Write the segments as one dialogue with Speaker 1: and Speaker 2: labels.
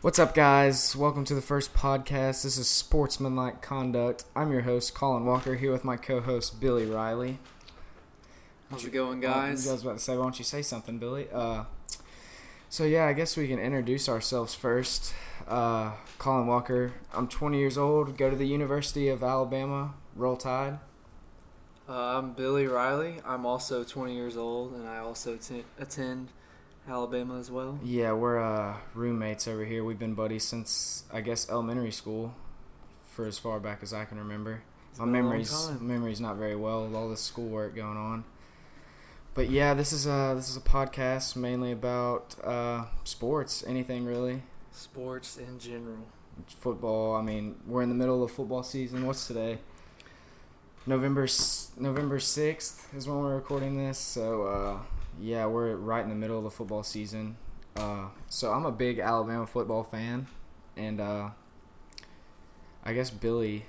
Speaker 1: What's up, guys? Welcome to the first podcast. This is Sportsmanlike Conduct. I'm your host, Colin Walker, here with my co host, Billy Riley.
Speaker 2: How's it going,
Speaker 1: Guys,
Speaker 2: guys?
Speaker 1: I was about to say, why don't you say something, Billy? Uh, so, yeah, I guess we can introduce ourselves first. Uh, Colin Walker, I'm 20 years old, go to the University of Alabama, Roll Tide.
Speaker 2: Uh, I'm Billy Riley. I'm also 20 years old, and I also t- attend Alabama as well.
Speaker 1: Yeah, we're uh, roommates over here. We've been buddies since, I guess, elementary school, for as far back as I can remember.
Speaker 2: It's
Speaker 1: my
Speaker 2: been a long
Speaker 1: memory's
Speaker 2: time.
Speaker 1: memory's not very well with all this schoolwork going on. But yeah, this is a this is a podcast mainly about uh, sports, anything really.
Speaker 2: Sports in general.
Speaker 1: Football. I mean, we're in the middle of football season. What's today? November s- November sixth is when we're recording this. So uh, yeah, we're right in the middle of the football season. Uh, so I'm a big Alabama football fan, and uh, I guess Billy.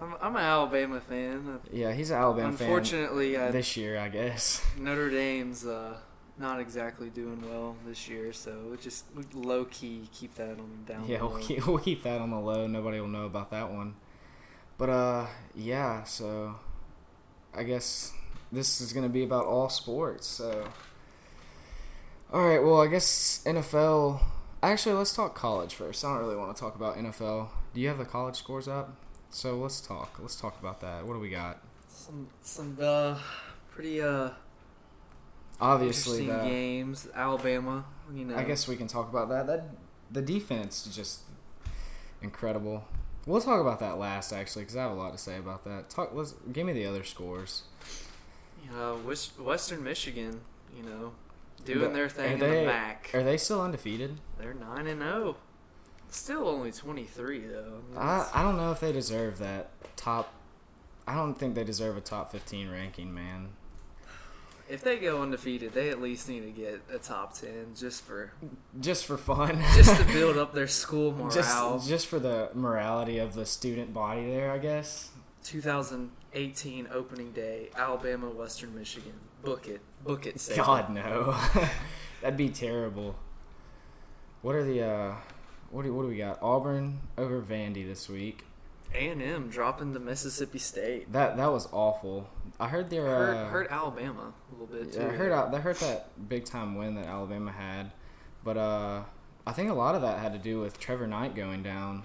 Speaker 2: I'm, I'm an Alabama fan. Uh,
Speaker 1: Yeah, he's an Alabama fan.
Speaker 2: Unfortunately, uh
Speaker 1: this year, I guess.
Speaker 2: Notre Dame's uh, not exactly doing well this year, so we just we low key keep that on down.
Speaker 1: yeah,
Speaker 2: low.
Speaker 1: we'll keep, we'll keep that on the low. Nobody will know about that one. But uh, yeah. So I guess this is gonna be about all sports. So all right. Well, I guess NFL. Actually, let's talk college first. I don't really want to talk about NFL. Do you have the college scores up? So let's talk. Let's talk about that. What do we got?
Speaker 2: some some uh, pretty uh,
Speaker 1: Obviously,
Speaker 2: interesting
Speaker 1: the,
Speaker 2: games. Alabama, you know.
Speaker 1: I guess we can talk about that. That the defense is just incredible. We'll talk about that last actually, because I have a lot to say about that. Talk. Let's give me the other scores.
Speaker 2: Uh, West, Western Michigan, you know, doing
Speaker 1: But
Speaker 2: their thing in
Speaker 1: are they-
Speaker 2: the MAC.
Speaker 1: Are they still undefeated?
Speaker 2: They're nine and zero. Still only twenty three though. I mean,
Speaker 1: I
Speaker 2: it's-
Speaker 1: I don't know if they deserve that top. I don't think they deserve a top fifteen ranking, man.
Speaker 2: if they go undefeated, they at least need to get a top ten just for
Speaker 1: Just for fun.
Speaker 2: just to build up their school morale.
Speaker 1: Just, just for the morality of the student body there, I guess.
Speaker 2: 2018 opening day, Alabama, Western Michigan. Book it, book it. Saban.
Speaker 1: God no, that'd be terrible. What are the uh, what do what do we got? Auburn over Vandy this week.
Speaker 2: A&M dropping to Mississippi State.
Speaker 1: That that was awful. I heard their
Speaker 2: Hurt,
Speaker 1: uh,
Speaker 2: hurt Alabama a little bit too.
Speaker 1: yeah, I heard out that hurt that big time win that Alabama had, but uh, I think a lot of that had to do with Trevor Knight going down.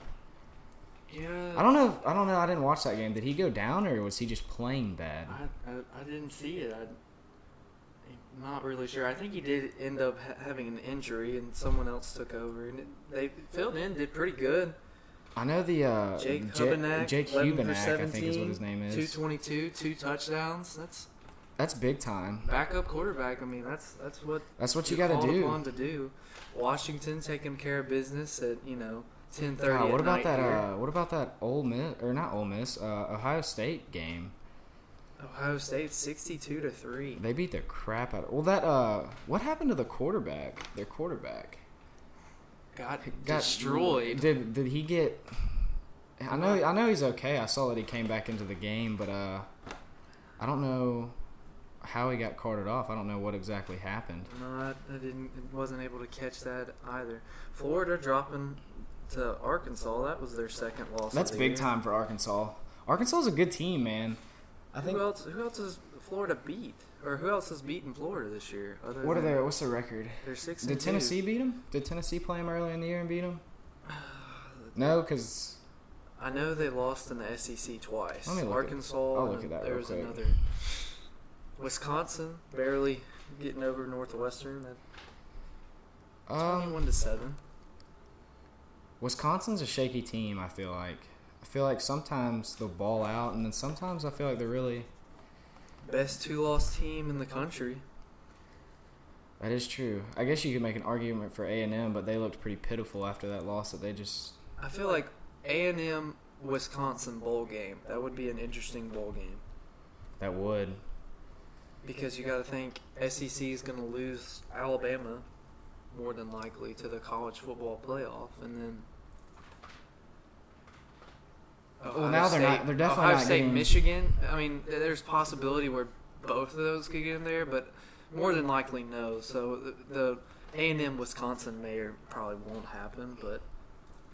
Speaker 2: Yeah,
Speaker 1: I don't know. If, I don't know. I didn't watch that game. Did he go down or was he just playing bad?
Speaker 2: I, I, I didn't see it. I, I'm not really sure. I think he did end up ha- having an injury, and someone else took over. And it, they filled in, did pretty good.
Speaker 1: I know the uh,
Speaker 2: Jake
Speaker 1: Ja-
Speaker 2: Hubenak,
Speaker 1: Jake
Speaker 2: 11 for
Speaker 1: Hubenak, I think is what
Speaker 2: 17,
Speaker 1: his name is.
Speaker 2: Two twenty-two, two touchdowns. That's
Speaker 1: That's big time.
Speaker 2: backup quarterback. I mean, that's that's what
Speaker 1: That's what you
Speaker 2: you're
Speaker 1: got to
Speaker 2: called
Speaker 1: do.
Speaker 2: upon to do. Washington taking care of business at you know ten thirty.
Speaker 1: God, what about that?
Speaker 2: Here.
Speaker 1: Uh, what about that Ole Miss or not Ole Miss? Uh, Ohio State game. uh,
Speaker 2: Ohio State sixty-two to three.
Speaker 1: They beat the crap out. of Well, that. Uh, what happened to the quarterback? Their quarterback
Speaker 2: Got,
Speaker 1: Got-
Speaker 2: destroyed.
Speaker 1: Did Did he get? I know. I know he's okay. I saw that he came back into the game, but uh, I don't know how he got carted off. I don't know what exactly happened.
Speaker 2: No, I, I didn't. Wasn't able to catch that either. Florida dropping to Arkansas. That was their second loss. of
Speaker 1: That's
Speaker 2: the
Speaker 1: big
Speaker 2: year.
Speaker 1: time for Arkansas. Arkansas is a good team, man. I think.
Speaker 2: who else? Who else has Florida beat? Or who else has beaten Florida this year? Other
Speaker 1: What are
Speaker 2: than-
Speaker 1: their? What's their record?
Speaker 2: They're six.
Speaker 1: Did
Speaker 2: and two.
Speaker 1: Tennessee beat him? Did Tennessee play him early in the year and beat him? No, because
Speaker 2: I know they lost in the SEC twice.
Speaker 1: Let me look at-
Speaker 2: Arkansas.
Speaker 1: I'll look
Speaker 2: and
Speaker 1: at that
Speaker 2: There
Speaker 1: real
Speaker 2: was
Speaker 1: quick.
Speaker 2: another. Wisconsin barely getting over Northwestern. That
Speaker 1: um,
Speaker 2: Twenty-one to seven.
Speaker 1: Wisconsin's a shaky team. I feel like I feel like sometimes they'll ball out, and then sometimes I feel like they're really.
Speaker 2: Best two-loss team in the country.
Speaker 1: That is true. I guess you could make an argument for A and M, but they looked pretty pitiful after that loss. That they just
Speaker 2: I feel like A and M Wisconsin bowl game. That would be an interesting bowl game
Speaker 1: that would.
Speaker 2: because you got to think SEC is going to lose Alabama more than likely to the college football playoff, and then.
Speaker 1: Well, now they're not- they're definitely
Speaker 2: Ohio
Speaker 1: not
Speaker 2: State,
Speaker 1: getting-
Speaker 2: Michigan. I mean, th- there's possibility where both of those could get in there, but more than likely no. So the, A and M Wisconsin mayor probably won't happen, but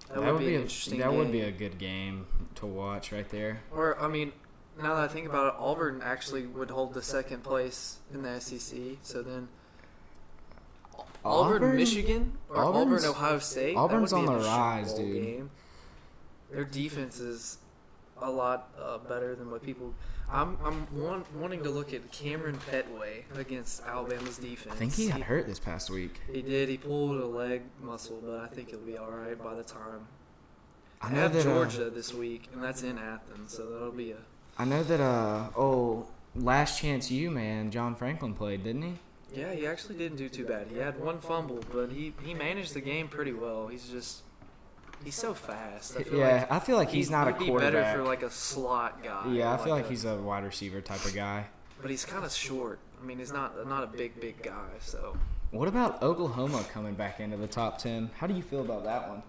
Speaker 2: that,
Speaker 1: That,
Speaker 2: would, be,
Speaker 1: a-
Speaker 2: an interesting.
Speaker 1: That would be
Speaker 2: game.
Speaker 1: a good game to watch right there.
Speaker 2: Or I mean, now that I think about it, Auburn actually would hold the second place in the SEC. So then, Auburn,
Speaker 1: Auburn?
Speaker 2: Michigan, or
Speaker 1: Auburn's-
Speaker 2: Auburn, Ohio State.
Speaker 1: Auburn's
Speaker 2: that would be
Speaker 1: on
Speaker 2: an
Speaker 1: the
Speaker 2: interesting
Speaker 1: rise,
Speaker 2: bowl
Speaker 1: dude.
Speaker 2: Game. Their defense is a lot uh, better than what people. I'm I'm want, wanting to look at Cameron Petway against Alabama's defense.
Speaker 1: I think he got hurt this past week.
Speaker 2: He did. He pulled a leg muscle, but I think he'll be all right by the time.
Speaker 1: I
Speaker 2: They
Speaker 1: know
Speaker 2: have
Speaker 1: that. uh,
Speaker 2: Georgia this week, and that's in Athens, so that'll be a.
Speaker 1: I know that. Uh oh, last chance you man, John Franklin played, didn't he?
Speaker 2: Yeah, he actually didn't do too bad. He had one fumble, but he, he managed the game pretty well. He's just he's so fast. I feel
Speaker 1: yeah,
Speaker 2: like
Speaker 1: I feel like he's
Speaker 2: he'd-
Speaker 1: not a
Speaker 2: he'd be better
Speaker 1: quarterback.
Speaker 2: for like uh, a slot guy.
Speaker 1: yeah, I feel like
Speaker 2: a-
Speaker 1: he's a wide receiver type of guy.
Speaker 2: But he's kind of short. I mean, he's not not a big big guy. So
Speaker 1: What about Oklahoma coming back into the top ten? How do you feel about that one?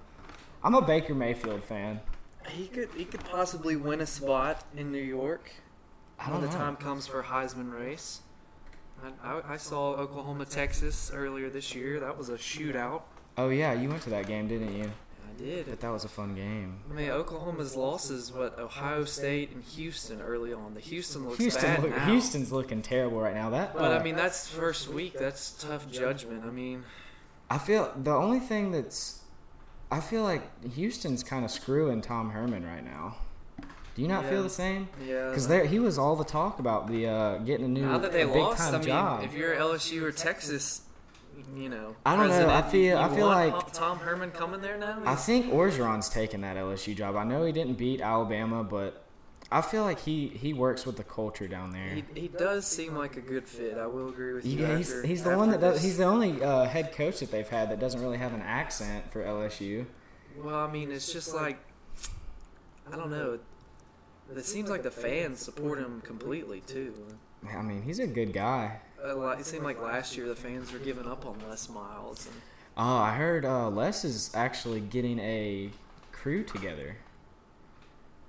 Speaker 1: I'm a Baker Mayfield fan.
Speaker 2: he could he could possibly win a spot in New York
Speaker 1: I
Speaker 2: when
Speaker 1: don't
Speaker 2: the
Speaker 1: know.
Speaker 2: time comes for Heisman race. I, I, I saw Oklahoma Texas earlier this year. That was a shootout.
Speaker 1: Oh yeah, you went to that game, didn't you?
Speaker 2: I did.
Speaker 1: But that was a fun game.
Speaker 2: I mean, Oklahoma's losses, what Ohio State and Houston early on. The Houston looks
Speaker 1: Houston,
Speaker 2: bad
Speaker 1: look,
Speaker 2: now.
Speaker 1: Houston's looking terrible right now. That,
Speaker 2: but
Speaker 1: uh,
Speaker 2: I mean, that's first week. That's tough judgment. I mean,
Speaker 1: I feel the only thing that's, I feel like Houston's kind of screwing Tom Herman right now. Do you not feel
Speaker 2: Yeah.
Speaker 1: the same?
Speaker 2: yeah.
Speaker 1: Because there, he was all the talk about the uh, getting a new
Speaker 2: now that they
Speaker 1: a big
Speaker 2: lost,
Speaker 1: time
Speaker 2: I mean,
Speaker 1: job.
Speaker 2: if you're LSU or Texas, you know,
Speaker 1: I don't know. I
Speaker 2: president,
Speaker 1: feel-
Speaker 2: you
Speaker 1: I feel
Speaker 2: want
Speaker 1: like-
Speaker 2: Tom Herman coming there now.
Speaker 1: I think Orgeron's taking that LSU job. I know he didn't beat Alabama, but I feel like he he works with the culture down there.
Speaker 2: he, he does seem like a good fit. I will agree with you.
Speaker 1: Yeah, he's,
Speaker 2: after-
Speaker 1: he's the one that
Speaker 2: after
Speaker 1: does,
Speaker 2: this.
Speaker 1: he's the only uh, head coach that they've had that doesn't really have an accent for LSU.
Speaker 2: Well, I mean, it's just like I don't know. It seems like the fans support him completely too.
Speaker 1: I mean, he's a good guy.
Speaker 2: A lot, Uh, it seemed like last year the fans were giving up on Les Miles. And
Speaker 1: Oh, I heard uh, Les is actually getting a crew together,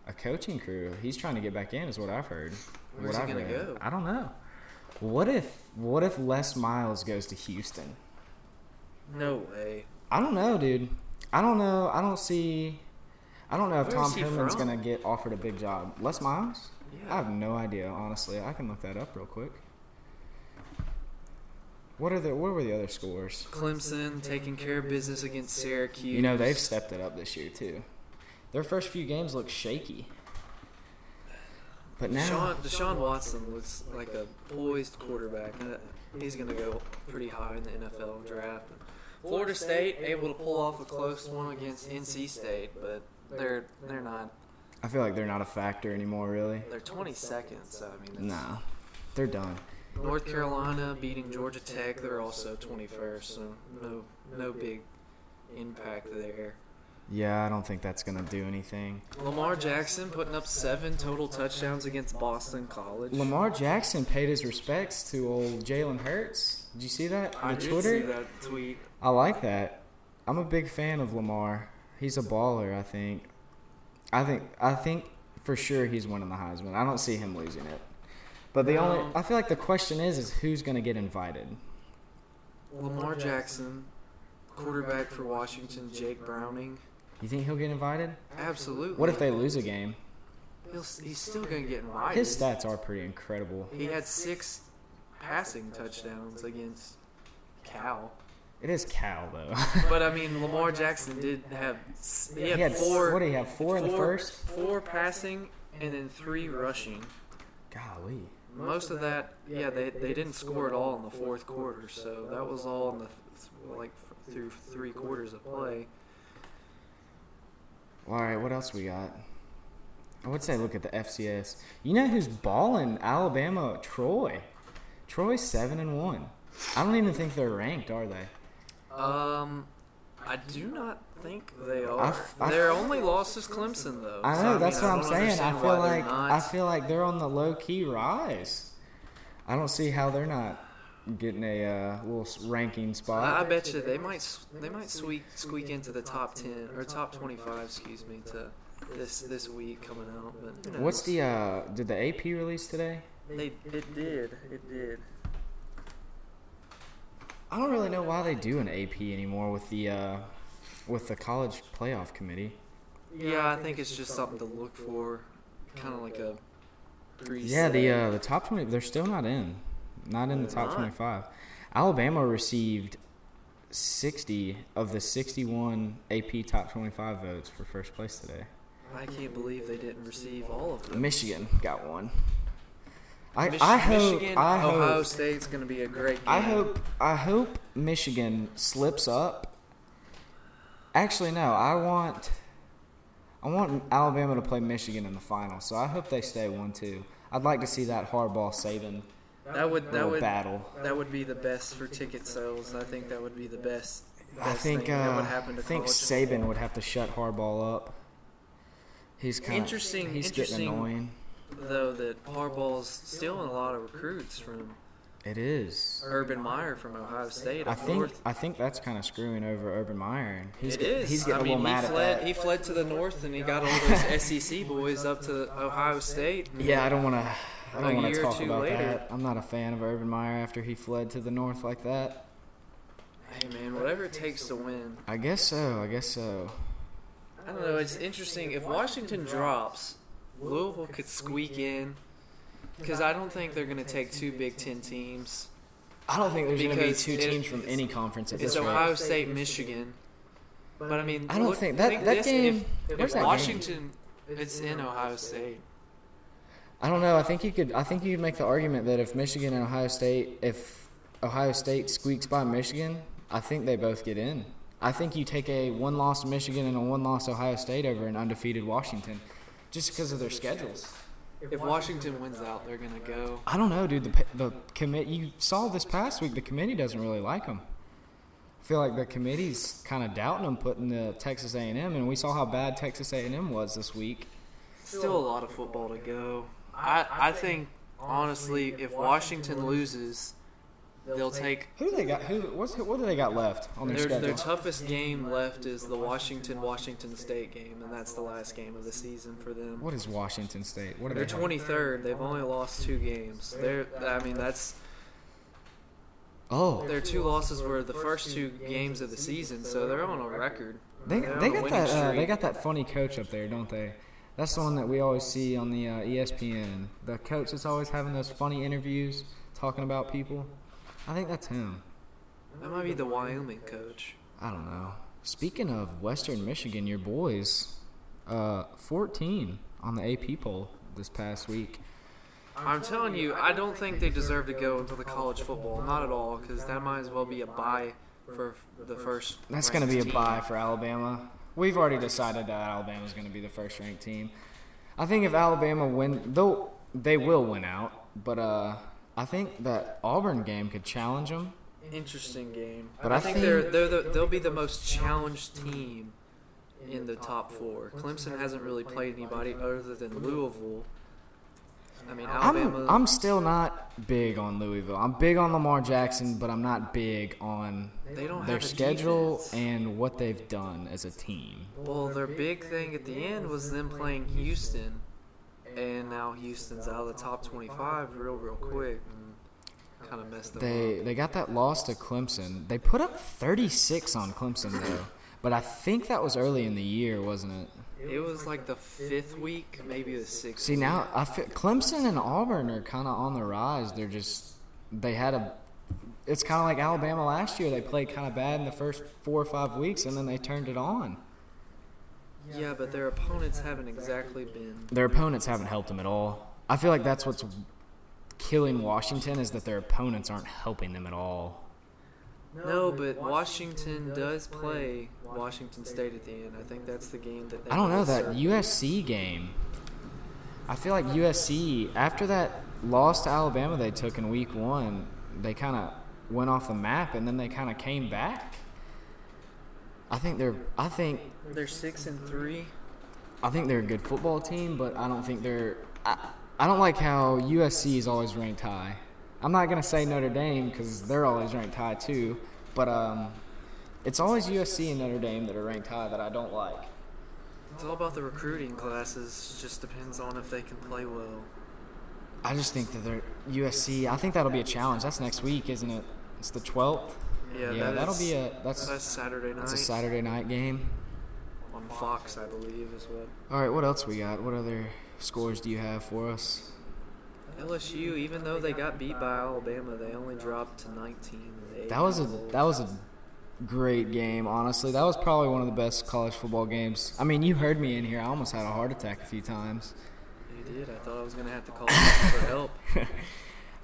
Speaker 1: a coaching crew. He's trying to get back in, is what I've heard.
Speaker 2: Where's
Speaker 1: what
Speaker 2: he
Speaker 1: I've
Speaker 2: gonna
Speaker 1: read.
Speaker 2: go?
Speaker 1: I don't know. What if what if Les Miles goes to Houston?
Speaker 2: no way.
Speaker 1: I don't know, dude. I don't know. I don't see. I don't know if
Speaker 2: Where
Speaker 1: Tom
Speaker 2: is he
Speaker 1: Herman's
Speaker 2: from?
Speaker 1: gonna get offered a big job. Les Miles? I
Speaker 2: Yeah.
Speaker 1: have no idea, honestly. I can look that up real quick. What are the what were the other scores?
Speaker 2: Clemson taking care of business against Syracuse.
Speaker 1: You know, they've stepped it up this year too. Their first few games look shaky. But now
Speaker 2: Deshaun, Deshaun Watson looks like a poised quarterback. and uh, He's going to go pretty high in the NFL draft. Florida State able to pull off a close one against NC State, but they're they're not
Speaker 1: I feel like they're not a factor anymore really.
Speaker 2: they're 22nd. So I mean, it's-
Speaker 1: Nah. They're done.
Speaker 2: North Carolina beating Georgia Tech, they're also 21st, so no no big impact there.
Speaker 1: Yeah, I don't think that's gonna do anything.
Speaker 2: Lamar Jackson putting up seven total touchdowns against Boston College.
Speaker 1: Lamar Jackson paid his respects to old Jalen Hurts. Did you see that on
Speaker 2: I did
Speaker 1: Twitter?
Speaker 2: see that tweet.
Speaker 1: I like that. I'm a big fan of Lamar. He's a baller, I think. I think I think for sure he's winning the Heisman. I don't see him losing it. But the
Speaker 2: Um,
Speaker 1: only I feel like the question is is who's going to get invited.
Speaker 2: Lamar Jackson, quarterback for Washington, Jake Browning.
Speaker 1: You think he'll get invited?
Speaker 2: Absolutely.
Speaker 1: What if they lose a game?
Speaker 2: He'll, he's still going to get invited.
Speaker 1: His stats are pretty incredible.
Speaker 2: He had six passing touchdowns against Cal.
Speaker 1: It is Cal though.
Speaker 2: But I mean, Lamar Jackson did have s- he had,
Speaker 1: he had
Speaker 2: four.
Speaker 1: what did he have? Four, in the first?
Speaker 2: Four passing and then three rushing.
Speaker 1: Golly.
Speaker 2: Most of that, yeah, they, they didn't score at all in the fourth quarter, so that was all in the th- like f- through three quarters of play.
Speaker 1: All right, what else we got? I would say look at the FCS. You know who's balling? Alabama, Troy. Troy's seven and one. I don't even think they're ranked, are they?
Speaker 2: Um, I do not think they
Speaker 1: I
Speaker 2: are.
Speaker 1: f- I
Speaker 2: Their
Speaker 1: f-
Speaker 2: only loss is Clemson, though.
Speaker 1: I
Speaker 2: so,
Speaker 1: know
Speaker 2: mean,
Speaker 1: that's what I'm
Speaker 2: don't
Speaker 1: saying. I
Speaker 2: understand
Speaker 1: feel
Speaker 2: why they're
Speaker 1: like I
Speaker 2: not.
Speaker 1: feel like they're on the low key rise. I don't see how they're not getting a uh, little s- ranking
Speaker 2: I, I
Speaker 1: spot.
Speaker 2: bet you they might s- they might squeak squeak into the top ten or top twenty five, excuse me, to this this week coming out. But who
Speaker 1: What's
Speaker 2: knows?
Speaker 1: the uh, did the AP release today?
Speaker 2: They it did it did.
Speaker 1: I don't really know why they do an AP anymore with the uh, with the college playoff committee.
Speaker 2: Yeah, I think it's just something to look for, kind of like a. Preset.
Speaker 1: Yeah, the uh, the top twenty they're still not in, not in the
Speaker 2: They're
Speaker 1: top
Speaker 2: not.
Speaker 1: twenty five. Alabama received sixty of the sixty one AP top twenty five votes for first place today.
Speaker 2: I can't believe they didn't receive all of them.
Speaker 1: Michigan got one. I
Speaker 2: Mich-
Speaker 1: I hope
Speaker 2: Michigan,
Speaker 1: I hope
Speaker 2: Ohio State's going to be a great game.
Speaker 1: I hope I hope Michigan slips up. Actually, no. I want I want Alabama to play Michigan in the final, so I hope they stay one two. I'd like to see that hardball saving
Speaker 2: that would that would
Speaker 1: battle.
Speaker 2: that would be the best for ticket sales. I think that would be the best. best
Speaker 1: I think
Speaker 2: thing that
Speaker 1: uh,
Speaker 2: would happen
Speaker 1: I
Speaker 2: to
Speaker 1: think
Speaker 2: college.
Speaker 1: Saban would have to shut Hardball up. He's kind of
Speaker 2: Interesting-
Speaker 1: He's
Speaker 2: interesting-
Speaker 1: getting annoying.
Speaker 2: though that Harbaugh's stealing a lot of recruits from
Speaker 1: It is.
Speaker 2: Urban Meyer from Ohio State.
Speaker 1: I
Speaker 2: a
Speaker 1: think
Speaker 2: North-
Speaker 1: I think that's kind of screwing over Urban Meyer. and He's
Speaker 2: it
Speaker 1: get-
Speaker 2: is.
Speaker 1: he's getting
Speaker 2: I mean,
Speaker 1: a little mad
Speaker 2: he fled.
Speaker 1: at that.
Speaker 2: He fled to the north and he got all those SEC boys up to Ohio State. and
Speaker 1: Yeah, I don't want to. I
Speaker 2: A
Speaker 1: don't want
Speaker 2: year
Speaker 1: to
Speaker 2: or
Speaker 1: talk
Speaker 2: two
Speaker 1: about
Speaker 2: later.
Speaker 1: that. I'm not a fan of Urban Meyer after he fled to the north like that.
Speaker 2: Hey man, whatever it takes to win.
Speaker 1: I guess so. I guess so.
Speaker 2: I don't know. It's interesting. If Washington drops, Louisville could squeak in. Because I don't think they're going to take two Big Ten teams.
Speaker 1: I don't think there's going to be
Speaker 2: Because
Speaker 1: two
Speaker 2: it-
Speaker 1: teams from any conference at
Speaker 2: It's
Speaker 1: this
Speaker 2: Ohio
Speaker 1: rate.
Speaker 2: State, Michigan. But I mean,
Speaker 1: I don't
Speaker 2: look-
Speaker 1: think that- that
Speaker 2: this,
Speaker 1: game-
Speaker 2: If,
Speaker 1: where's
Speaker 2: if
Speaker 1: that game?
Speaker 2: Washington, it's in Ohio State.
Speaker 1: I don't know. I think you could. I think you'd make the argument that if Michigan and Ohio State, if Ohio State squeaks by Michigan, I think they both get in. I think you take a one-loss Michigan and a one-loss Ohio State over an undefeated Washington, just because of their schedules.
Speaker 2: If Washington wins out, they're going to go.
Speaker 1: I don't know, dude. The pa- the commit you saw this past week. The committee doesn't really like him. I feel like the committee's kind of doubting him putting the Texas A and M, and we saw how bad Texas A and M was this week.
Speaker 2: Still a lot of football to go. I, I think, honestly, if Washington loses, they'll take
Speaker 1: Who do they got? Who what's what do they got left on their
Speaker 2: Their,
Speaker 1: schedule?
Speaker 2: their toughest game left is the Washington Washington State game, and that's the last game of the season for them.
Speaker 1: what is Washington State? What are
Speaker 2: They're
Speaker 1: they?
Speaker 2: 23rd. They've only lost two games. They're, I mean, that's
Speaker 1: Oh,
Speaker 2: their two losses were the first two games of the season, so they're on a record.
Speaker 1: they
Speaker 2: they're on
Speaker 1: they
Speaker 2: a
Speaker 1: got
Speaker 2: winning
Speaker 1: that uh, they
Speaker 2: streak.
Speaker 1: got that funny coach up there, don't they? That's the one that we always see on the uh, ESPN. The coach that's always having those funny interviews, talking about people. I think that's him.
Speaker 2: That might be the Wyoming coach.
Speaker 1: I don't know. Speaking of Western Michigan, your boys, uh, 14 on the AP poll this past week.
Speaker 2: I'm telling you, I don't think they deserve to go into the college football. Not at all, because that might as well be a bye for the first.
Speaker 1: That's going to be a
Speaker 2: ranked team.
Speaker 1: bye for Alabama. We've already decided that Alabama's going to be the first ranked team. I think if Alabama win, they'll they will win out. But uh, I think that Auburn game could challenge them.
Speaker 2: Interesting game.
Speaker 1: But
Speaker 2: I,
Speaker 1: I
Speaker 2: think,
Speaker 1: think-
Speaker 2: they're they're the, they'll be the most challenged team in the top four. Clemson hasn't really played anybody other than Louisville. I mean Alabama.
Speaker 1: I'm I'm still not big on Louisville. I'm big on Lamar Jackson, but I'm not big on
Speaker 2: they don't
Speaker 1: their
Speaker 2: have a
Speaker 1: schedule
Speaker 2: defense.
Speaker 1: and what they've done as a team.
Speaker 2: well, their big thing at the end was them playing Houston, and now Houston's out of the top 25 real real quick. and Kind of messed them
Speaker 1: They they got that loss to Clemson. They put up 36 on Clemson though, but I think that was early in the year, wasn't it?
Speaker 2: up. It was like the fifth week, maybe the sixth.
Speaker 1: See
Speaker 2: week.
Speaker 1: now, I feel, Clemson and Auburn are kind of on the rise. They're just they had a. It's kind of like Alabama last year. They played kind of bad in the first four or five weeks, and then they turned it on.
Speaker 2: Yeah, but their opponents haven't exactly been.
Speaker 1: Their opponents haven't helped them at all. I feel like that's what's killing Washington is that their opponents aren't helping them at all.
Speaker 2: No, but Washington does play Washington State at the end. I think that's the game that they
Speaker 1: I don't know that
Speaker 2: deserve.
Speaker 1: USC game. I feel like USC after that loss to Alabama they took in week 1, they kind of went off the map and then they kind of came back. I think they're I think
Speaker 2: They're six and three.
Speaker 1: I think they're a good football team, but I don't think they're I, I don't like how USC is always ranked high. I'm not going to say Notre Dame cuz they're always ranked high too, but um it's always USC and Notre Dame that are ranked high that I don't like.
Speaker 2: It's all about the recruiting classes. Just depends on if they can play well.
Speaker 1: I just think that they're USC. I think that'll be a challenge. That's next week, isn't it? It's the 12th.
Speaker 2: Yeah,
Speaker 1: yeah,
Speaker 2: that
Speaker 1: that'll
Speaker 2: is-
Speaker 1: be a that's
Speaker 2: That's Saturday night.
Speaker 1: that's a Saturday night game.
Speaker 2: on Fox, I believe, is what.
Speaker 1: All right, what else we got? What other scores do you have for us?
Speaker 2: LSU, even though they got beat by Alabama, they only dropped to 19. They
Speaker 1: That was a
Speaker 2: held.
Speaker 1: that was a great game. Honestly, that was probably one of the best college football games. I mean, you heard me in here. I almost had a heart attack a few times.
Speaker 2: You did. I thought I was gonna have to call for help.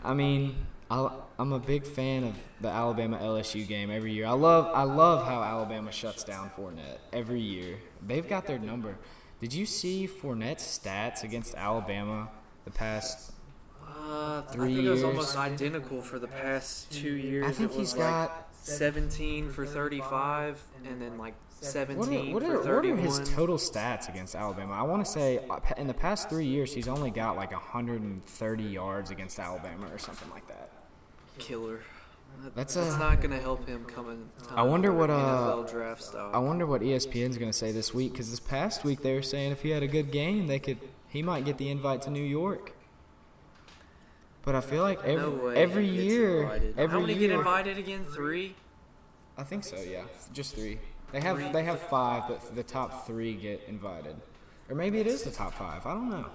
Speaker 1: I mean, I, I'm a big fan of the Alabama LSU game every year. I love I love how Alabama shuts down Fournette every year. They've got their number. Did you see Fournette's stats against Alabama the past?
Speaker 2: Uh, I
Speaker 1: Three
Speaker 2: think it was
Speaker 1: years.
Speaker 2: almost identical for the past two years.
Speaker 1: I think
Speaker 2: it
Speaker 1: he's
Speaker 2: was like
Speaker 1: got
Speaker 2: 17 for 35, and then like 17
Speaker 1: What are, what, are,
Speaker 2: for
Speaker 1: what are
Speaker 2: 31.
Speaker 1: his total stats against Alabama? I want to say uh, pa- in the past three years, he's only got like 130 yards against Alabama or something like that.
Speaker 2: Killer. That-
Speaker 1: That's
Speaker 2: That's,
Speaker 1: a-
Speaker 2: not gonna help him coming.
Speaker 1: I wonder what, uh,
Speaker 2: NFL draft stock.
Speaker 1: I wonder what E ESPN's going to say this week because this past week they were saying if he had a good game, they could he might get the invite to New York. But I feel like
Speaker 2: no
Speaker 1: every,
Speaker 2: way
Speaker 1: every
Speaker 2: he gets
Speaker 1: year,
Speaker 2: invited. How
Speaker 1: every
Speaker 2: many get
Speaker 1: year,
Speaker 2: invited again? Three.
Speaker 1: I think so. Yeah, just three. They have they have five, but the top three get invited, or maybe it is the top five. I don't know.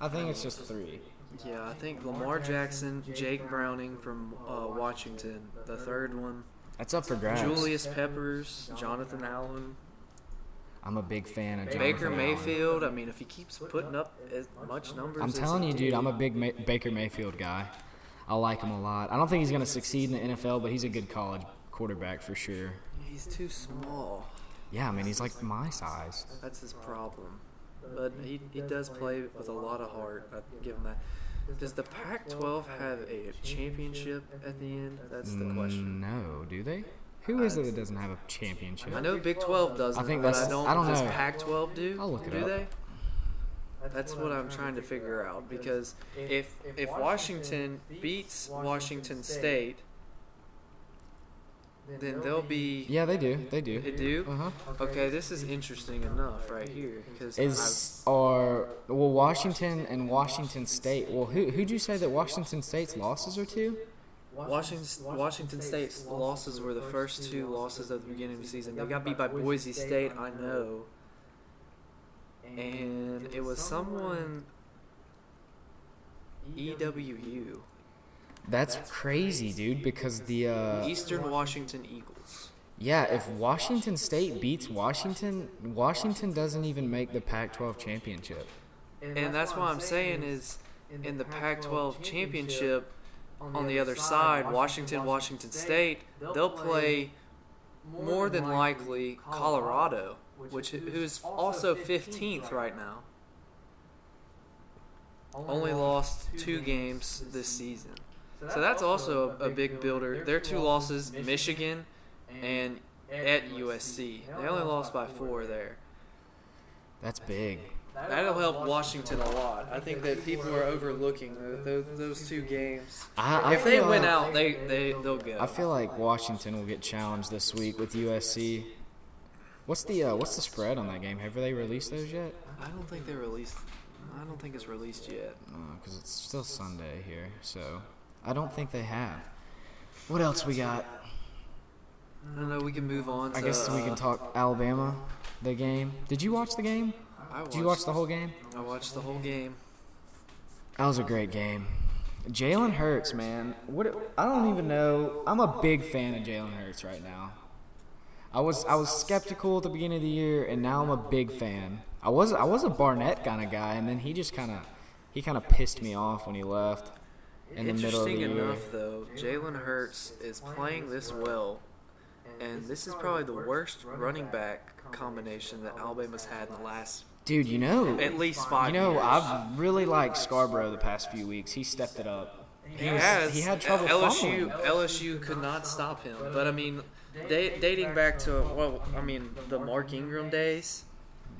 Speaker 1: I think it's just three.
Speaker 2: Yeah, I think Lamar Jackson, Jake Browning from uh, Washington, the third one,
Speaker 1: That's up for grabs.
Speaker 2: Julius Peppers, Jonathan Allen,
Speaker 1: I'm a big fan of Jonathan
Speaker 2: Baker
Speaker 1: Allen.
Speaker 2: Mayfield. I mean, if he keeps putting up as much numbers,
Speaker 1: I'm
Speaker 2: as
Speaker 1: telling
Speaker 2: he
Speaker 1: you,
Speaker 2: did-
Speaker 1: dude, I'm a big Ma- Baker Mayfield guy. I like him a lot. I don't think he's going to succeed in the NFL, but he's a good college quarterback for sure.
Speaker 2: He's too small.
Speaker 1: Yeah, I mean, he's like my size.
Speaker 2: That's his problem. But he, he does play with a lot of heart. I give him that. Does the Pac-12 have a championship at the end? That's the
Speaker 1: Mm,
Speaker 2: question.
Speaker 1: No, do they? Who is it that doesn't have a championship?
Speaker 2: I know Big 12 doesn't.
Speaker 1: Mm, I think
Speaker 2: but
Speaker 1: that's-
Speaker 2: I don't.
Speaker 1: I don't
Speaker 2: does
Speaker 1: know.
Speaker 2: Pac-12 do?
Speaker 1: I'll look it
Speaker 2: do
Speaker 1: up.
Speaker 2: they? That's what I'm trying to figure out because if if Washington beats Washington State, then they'll be.
Speaker 1: Yeah, they do. They
Speaker 2: They
Speaker 1: do.
Speaker 2: do.
Speaker 1: Uh huh.
Speaker 2: Okay, this is interesting enough right here because
Speaker 1: Is are well Washington and Washington State. Well, who who'd you say that Washington State's losses are to?
Speaker 2: Washington Washington State's losses were the first two losses of the beginning of the season. They got beat by Boise State, I know, and it was someone E EWU,
Speaker 1: That's crazy, dude. Because the uh,
Speaker 2: Eastern Washington Eagles.
Speaker 1: Yeah, if Washington State beats Washington, Washington doesn't even make the Pac 12 championship.
Speaker 2: And that's why I'm saying is in the Pac-12 championship on the other side, Washington Washington State, they'll play more than likely Colorado, which who's also 15th right now. only lost two games this season. So that's also a, a big builder. Their two losses, Michigan and at USC, they only lost by four there.
Speaker 1: That's big.
Speaker 2: That'll help Washington a lot. I think that people are overlooking those, those two games.
Speaker 1: I, I
Speaker 2: If they
Speaker 1: feel
Speaker 2: win
Speaker 1: like-
Speaker 2: out, they, they, they'll go.
Speaker 1: I feel like Washington will get challenged this week with USC. What's the uh, what's the spread on that game? Have they released those yet?
Speaker 2: I don't think they released. I don't think it's released yet.
Speaker 1: Because Uh, it's still Sunday here, so I don't think they have. What else we got?
Speaker 2: I don't know. We can move on. To,
Speaker 1: I guess we can
Speaker 2: uh,
Speaker 1: talk Alabama, the game. Did you watch the game?
Speaker 2: I watched,
Speaker 1: Did you watch the whole game?
Speaker 2: I watched the whole game.
Speaker 1: That was a great game. Jalen Hurts, man. What I don't even know. I'm a big fan of Jalen Hurts right now. I was I was skeptical at the beginning of the year, and now I'm a big fan. I was I was a Barnett kind of guy, and then he just kind of he kind of pissed me off when he left in the middle of the
Speaker 2: Interesting
Speaker 1: year.
Speaker 2: enough, though, Jalen Hurts is playing this well, and this is probably the worst running back combination that Alabama's had in the last
Speaker 1: Dude, you know,
Speaker 2: at least five.
Speaker 1: you know,
Speaker 2: years.
Speaker 1: I've really liked Scarborough the past few weeks. He stepped it up.
Speaker 2: he
Speaker 1: was-
Speaker 2: has.
Speaker 1: he had trouble
Speaker 2: LSU.
Speaker 1: fumbling.
Speaker 2: LSU could not stop him, but I mean, da- dating back to well, I mean, the Mark Ingram days.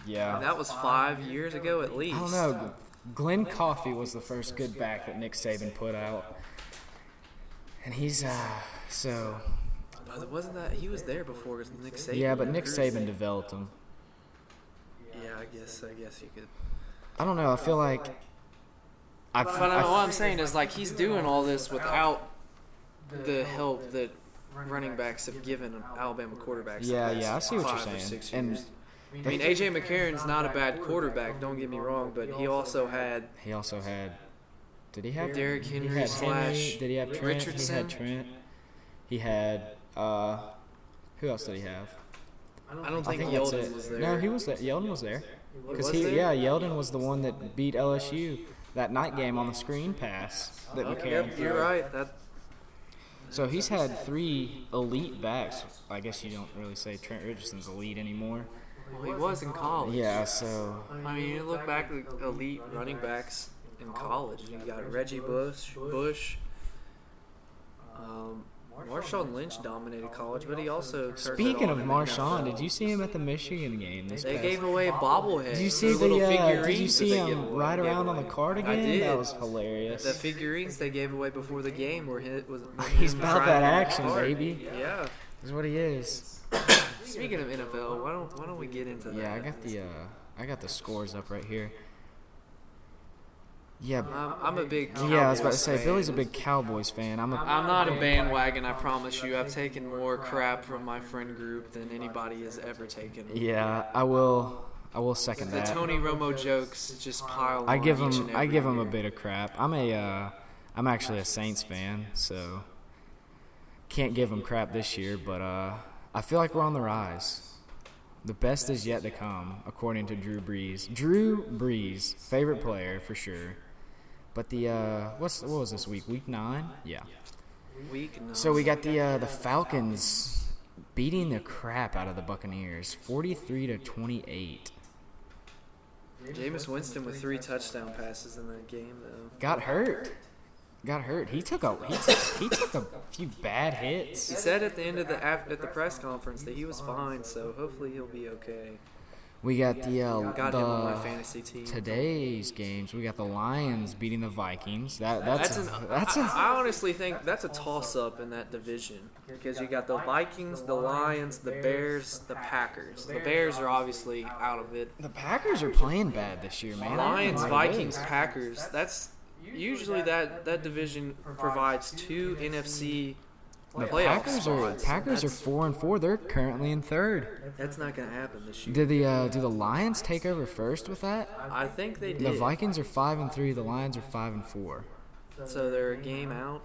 Speaker 1: Yeah.
Speaker 2: That was five years ago at least.
Speaker 1: I don't know. Glenn Coffey was the first good back that Nick Saban put out, and he's uh so
Speaker 2: But Uh, wasn't that he was there before Nick Saban?
Speaker 1: yeah, but Nick
Speaker 2: recruited
Speaker 1: Saban developed him.
Speaker 2: him. Yeah, I guess. I guess you could.
Speaker 1: I don't know. I feel like I,
Speaker 2: But I,
Speaker 1: I-
Speaker 2: what I'm saying is like he's doing all this without the help that running backs have given Alabama quarterbacks. the
Speaker 1: Yeah,
Speaker 2: last
Speaker 1: yeah, I see what you're
Speaker 2: five or
Speaker 1: saying.
Speaker 2: six
Speaker 1: And-
Speaker 2: years. I mean, AJ McCarron's not a bad quarterback. Don't get me wrong, but he also had
Speaker 1: He also had. Did he have
Speaker 2: Derrick
Speaker 1: he
Speaker 2: Henry
Speaker 1: had
Speaker 2: slash
Speaker 1: Did he have Trent? He
Speaker 2: Richardson.
Speaker 1: had Trent. He had. Uh, who else did he have?
Speaker 2: I don't think,
Speaker 1: that's
Speaker 2: Yeldon
Speaker 1: it.
Speaker 2: was there.
Speaker 1: No, he was there. Yeldon was there. Because
Speaker 2: Was
Speaker 1: he, yeah,
Speaker 2: there?
Speaker 1: Yeldon was the one that beat LSU that night game on the screen pass that
Speaker 2: Okay,
Speaker 1: McCarron
Speaker 2: yep,
Speaker 1: threw.
Speaker 2: you're right. That
Speaker 1: So he's had three elite backs. I guess you don't really say Trent Richardson's elite anymore.
Speaker 2: well, he was in college.
Speaker 1: Yeah, so
Speaker 2: I mean, you look back at elite running backs in college. You got Reggie Bush, Bush. Um, Marshawn Lynch dominated college, but he also turned it
Speaker 1: speaking
Speaker 2: on
Speaker 1: of
Speaker 2: in the NFL.
Speaker 1: Marshawn, did you see him at the Michigan game this
Speaker 2: They
Speaker 1: past
Speaker 2: gave away a bobblehead.
Speaker 1: Did you see
Speaker 2: the little
Speaker 1: the? Uh, did you
Speaker 2: figurines that
Speaker 1: see
Speaker 2: they give
Speaker 1: him
Speaker 2: away-
Speaker 1: ride
Speaker 2: gave
Speaker 1: around on the
Speaker 2: away?
Speaker 1: card
Speaker 2: I
Speaker 1: again?
Speaker 2: did.
Speaker 1: That was
Speaker 2: The
Speaker 1: hilarious.
Speaker 2: figurines they gave away before the game were hit was. when
Speaker 1: He's
Speaker 2: he was
Speaker 1: about
Speaker 2: riding
Speaker 1: that
Speaker 2: on the
Speaker 1: action,
Speaker 2: cart.
Speaker 1: baby.
Speaker 2: Yeah.
Speaker 1: Is what he is.
Speaker 2: Speaking of NFL, why don't why don't we get into that?
Speaker 1: Yeah, I got the uh, I got the scores up right here. Yeah,
Speaker 2: I'm, Um, I'm a big.
Speaker 1: yeah. I was about to
Speaker 2: Cowboys
Speaker 1: say
Speaker 2: fan.
Speaker 1: Billy's a big Cowboys fan. I'm a
Speaker 2: I'm not a bandwagon, I promise you. I've taken more crap from my friend group than anybody has ever taken.
Speaker 1: yeah. I will I will second
Speaker 2: The
Speaker 1: that.
Speaker 2: Tony Romo jokes just pile.
Speaker 1: I
Speaker 2: on
Speaker 1: give
Speaker 2: each
Speaker 1: him
Speaker 2: and
Speaker 1: I
Speaker 2: every
Speaker 1: give him a
Speaker 2: year.
Speaker 1: bit of crap. I'm a uh, I'm actually a Saints fan, so can't give him crap this year. But uh, I feel like we're on the rise. The best is yet to come, according to Drew Brees. Drew Brees, favorite player for sure. But the uh, what's what was this week? Week nine? Yeah.
Speaker 2: Week nine.
Speaker 1: So we got the uh, the Falcons beating the crap out of the Buccaneers, forty three to twenty eight.
Speaker 2: Jameis Winston with three touchdown passes in that game, though.
Speaker 1: got hurt. Got hurt. He took a he took, he took a few bad hits.
Speaker 2: He said at the end of the af- at the press conference that he was fine, so hopefully he'll be okay.
Speaker 1: We got the uh,
Speaker 2: Got him on my
Speaker 1: the
Speaker 2: fantasy team.
Speaker 1: today's games. We got the Lions beating the Vikings. That
Speaker 2: That's
Speaker 1: that's
Speaker 2: an.
Speaker 1: a, that's
Speaker 2: I-
Speaker 1: a,
Speaker 2: I honestly think that's a toss-up in that division because you got the Vikings, the Lions, the Bears, the Packers. The Bears are obviously out of it.
Speaker 1: the Packers are playing bad this year, man. I don't
Speaker 2: Lions,
Speaker 1: know what it
Speaker 2: Vikings,
Speaker 1: is.
Speaker 2: Packers. That's usually that that division provides two NFC
Speaker 1: The
Speaker 2: playoff
Speaker 1: Packers are
Speaker 2: spots.
Speaker 1: Packers are
Speaker 2: That's-
Speaker 1: four and four. They're currently in third.
Speaker 2: That's not gonna happen this year.
Speaker 1: Did the uh, do the Lions take over first with that?
Speaker 2: I think they
Speaker 1: The
Speaker 2: did.
Speaker 1: Vikings are five and three. The Lions are five and four.
Speaker 2: So they're a game out.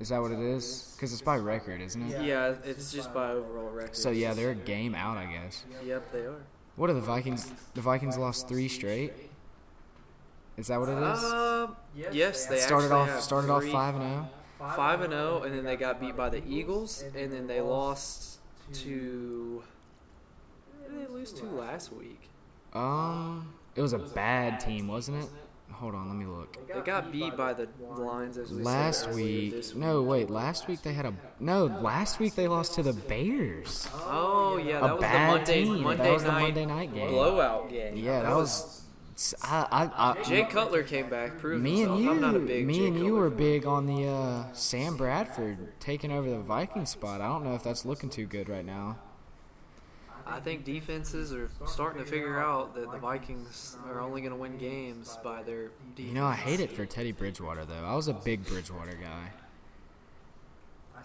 Speaker 1: Is that what it is? Because it's by record, isn't it?
Speaker 2: Yeah, it's just by overall record.
Speaker 1: So yeah, they're a game out, I guess.
Speaker 2: Yep, they are.
Speaker 1: What are the Vikings? The Vikings lost three straight. Is that what it is?
Speaker 2: Um, yes, they
Speaker 1: Started
Speaker 2: actually
Speaker 1: off
Speaker 2: have
Speaker 1: started off
Speaker 2: three-
Speaker 1: five and zero.
Speaker 2: five and oh. zero, and then they got beat by the Eagles, and then they lost to. Who did they lose to last week?
Speaker 1: Um, it was a bad team, wasn't it? Hold on, let me look.
Speaker 2: They got beat by the Lions as we said
Speaker 1: Last
Speaker 2: earlier this
Speaker 1: week, no wait, last week they had a no. Last week they lost to the Bears.
Speaker 2: Oh yeah, that
Speaker 1: A
Speaker 2: was the
Speaker 1: bad
Speaker 2: Monday
Speaker 1: team.
Speaker 2: Monday
Speaker 1: That was the
Speaker 2: night
Speaker 1: Monday night game.
Speaker 2: blowout game.
Speaker 1: Yeah, that was. I, I, I,
Speaker 2: Jay Cutler came back, proved
Speaker 1: Me and
Speaker 2: himself.
Speaker 1: you,
Speaker 2: I'm not a big
Speaker 1: me
Speaker 2: Jay
Speaker 1: and you
Speaker 2: Cutler
Speaker 1: were
Speaker 2: fan.
Speaker 1: big on the uh, Sam Bradford taking over the Viking spot. I don't know if that's looking too good right now.
Speaker 2: I think defenses are starting to figure out that the Vikings are only going to win games by their defense.
Speaker 1: You know, I hate it for Teddy Bridgewater though. I was a big Bridgewater guy.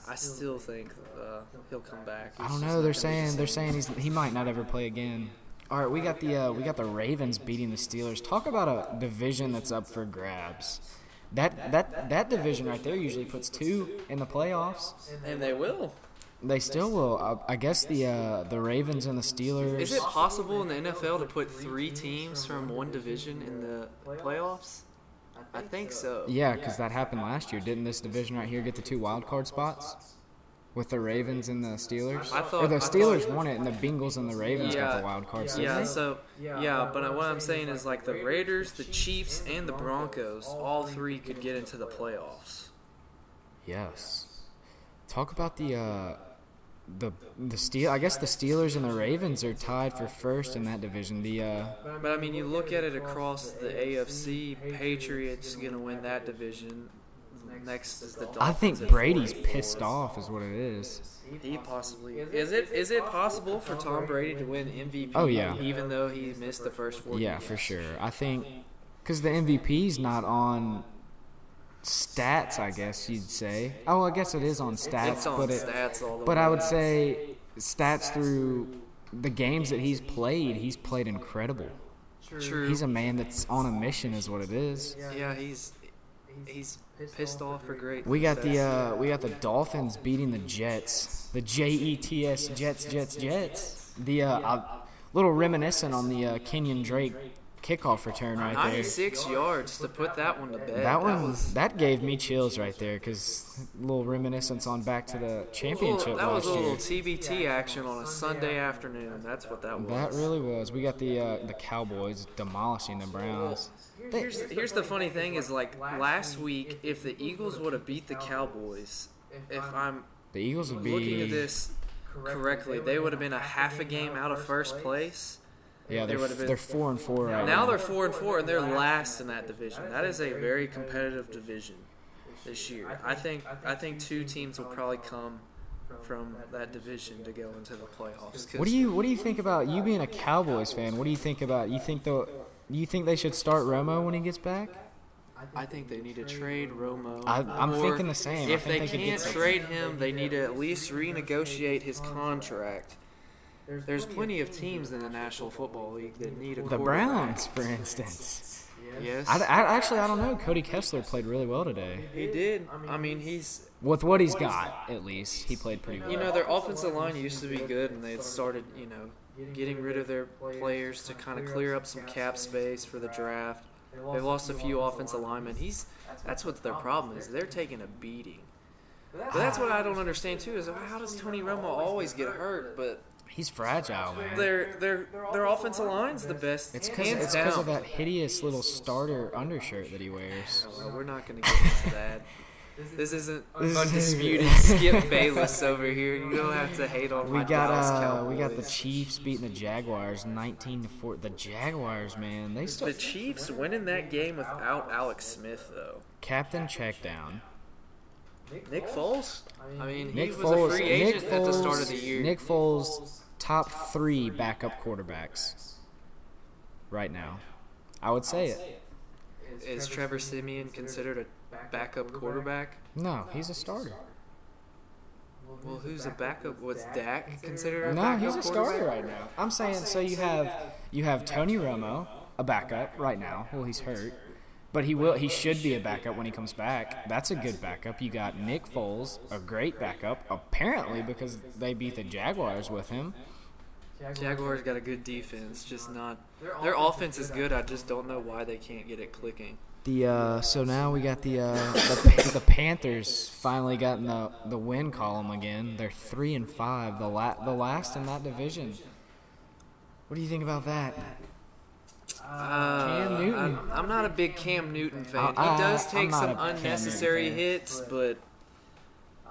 Speaker 2: I still think uh, he'll come back.
Speaker 1: I don't know. They're saying they're saying he's he might not ever play again. All right, we got the uh, we got the Ravens beating the Steelers. Talk about a division that's up for grabs. That that that division right there usually puts two in the playoffs.
Speaker 2: and they will.
Speaker 1: They still will. I, I guess the uh, the Ravens and the Steelers.
Speaker 2: Is it possible in the NFL to put three teams from one division in the playoffs? I think so.
Speaker 1: Yeah, because that happened last year. Didn't this division right here get the two wild card spots? With the Ravens and the Steelers?
Speaker 2: I thought-
Speaker 1: or the
Speaker 2: I thought-
Speaker 1: Steelers won it, and the Bengals and the Ravens got
Speaker 2: Yeah.
Speaker 1: the wild card. so-
Speaker 2: Yeah, so yeah, but I- what I'm saying is like the Raiders, the Chiefs, and the Broncos, all three could get into the playoffs.
Speaker 1: Yes. Talk about the uh, the the Steel. I guess the Steelers and the Ravens are tied for first in that division. The uh,
Speaker 2: But I mean, you look at it across the AFC. Patriots gonna win that division. Next is the Dolphins.
Speaker 1: I think
Speaker 2: at
Speaker 1: Brady's
Speaker 2: four.
Speaker 1: pissed off, is what it is.
Speaker 2: He possibly is it is it possible for Tom Brady to win MVP?
Speaker 1: Oh, yeah.
Speaker 2: even though he missed the first four.
Speaker 1: Yeah,
Speaker 2: games?
Speaker 1: for sure. I think because the MVP's not on stats, I guess you'd say. Oh, I guess it is on stats,
Speaker 2: It's on
Speaker 1: but it,
Speaker 2: stats all the
Speaker 1: but
Speaker 2: way.
Speaker 1: I would say stats through the games that he's played. He's played incredible.
Speaker 2: True.
Speaker 1: He's a man that's on a mission, is what it is.
Speaker 2: yeah, he's he's pissed off for great.
Speaker 1: We got the
Speaker 2: success.
Speaker 1: uh, we got the Dolphins beating the Jets. The J E T S Jets Jets Jets. The uh, uh, little reminiscent on the uh, Kenyon Drake kickoff return right there.
Speaker 2: 96 yards to put that one to bed.
Speaker 1: That one
Speaker 2: was
Speaker 1: that gave me chills right there because little reminiscence on back to the championship
Speaker 2: Well, that
Speaker 1: last
Speaker 2: was a little
Speaker 1: year.
Speaker 2: TBT action on a Sunday afternoon. That's what that was.
Speaker 1: That really was. We got the uh, the Cowboys demolishing the Browns. They,
Speaker 2: Here's, here's the funny thing is like last week, if the Eagles would have beat the Cowboys, if I'm
Speaker 1: the Eagles would
Speaker 2: looking at
Speaker 1: be
Speaker 2: this correctly, they would have been a half a game out of first place.
Speaker 1: yeah
Speaker 2: they
Speaker 1: they're
Speaker 2: would've been-
Speaker 1: they're four and four right
Speaker 2: Now
Speaker 1: now.
Speaker 2: they're four and four, and they're last in that division. That is a very competitive division this year. I think I think two teams will probably come from that division to go into the playoffs. 'cause
Speaker 1: What do you what do you think about you being a Cowboys fan? What do you think about you think the you think they should start Romo when he gets back?
Speaker 2: I think they need to trade Romo.
Speaker 1: I- I'm
Speaker 2: or
Speaker 1: thinking the same. I
Speaker 2: If
Speaker 1: think
Speaker 2: they
Speaker 1: they could get
Speaker 2: can't
Speaker 1: something.
Speaker 2: trade him, they need to at least renegotiate his contract. There's plenty of teams in the National Football League that need a
Speaker 1: The
Speaker 2: quarterback.
Speaker 1: Browns, for instance.
Speaker 2: Yes,
Speaker 1: I, I- actually I don't know. Cody Kessler played really well today.
Speaker 2: he did. I mean, he's
Speaker 1: With what he's got, at least he played pretty well.
Speaker 2: You know, their offensive line used to be good, and they had started, you know, getting rid of their players to kind of clear up some cap space for the draft. They lost a few offensive linemen. He's that's what their problem is. They're taking a beating. But that's what I don't understand too is how does Tony Romo always get hurt? But
Speaker 1: He's fragile, man.
Speaker 2: their their their offensive line's the best.
Speaker 1: It's because
Speaker 2: hands
Speaker 1: it's because
Speaker 2: down.
Speaker 1: of that hideous little starter undershirt that he wears.
Speaker 2: Well, we're not gonna get into that. This isn't
Speaker 1: This is-
Speaker 2: undisputed Skip Bayless over here. You don't have to hate on
Speaker 1: We
Speaker 2: my
Speaker 1: got
Speaker 2: Dallas
Speaker 1: uh,
Speaker 2: Cowboys.
Speaker 1: we got the Chiefs beating the Jaguars, 19 to 4. The Jaguars, man, they still
Speaker 2: The Chiefs winning that game without Alex Smith, though.
Speaker 1: captain checkdown.
Speaker 2: Nick Foles. I mean, he
Speaker 1: Nick
Speaker 2: was
Speaker 1: Foles,
Speaker 2: a free
Speaker 1: Nick
Speaker 2: agent at the start of the
Speaker 1: Foles-
Speaker 2: year.
Speaker 1: Nick Foles, top three backup quarterbacks right now. I would say it.
Speaker 2: Is Trevor Simeon considered a backup quarterback?
Speaker 1: No, he's a starter.
Speaker 2: Well, who's a backup? What's Dak considered? A
Speaker 1: No,
Speaker 2: backup
Speaker 1: he's a starter
Speaker 2: quarterback?
Speaker 1: right now. I'm saying so. You have you have Tony Romo, a backup right now. Well, he's hurt, but he will. He should be a backup when he comes back. That's a good backup. You got Nick Foles, a great backup, apparently because they beat the Jaguars with him.
Speaker 2: Jaguars got a good defense, just not. Their offense is good. I just don't know why they can't get it clicking.
Speaker 1: The uh, so now we got the uh, the, the Panthers finally gotten the the win column again. They're three and five, the la- the last in that division. What do you think about that?
Speaker 2: Uh,
Speaker 1: Cam Newton.
Speaker 2: I'm, I'm not a big Cam Newton fan.
Speaker 1: I- I-
Speaker 2: he does
Speaker 1: I'm
Speaker 2: take
Speaker 1: not
Speaker 2: some
Speaker 1: a Cam Newton
Speaker 2: unnecessary
Speaker 1: fan.
Speaker 2: hits, but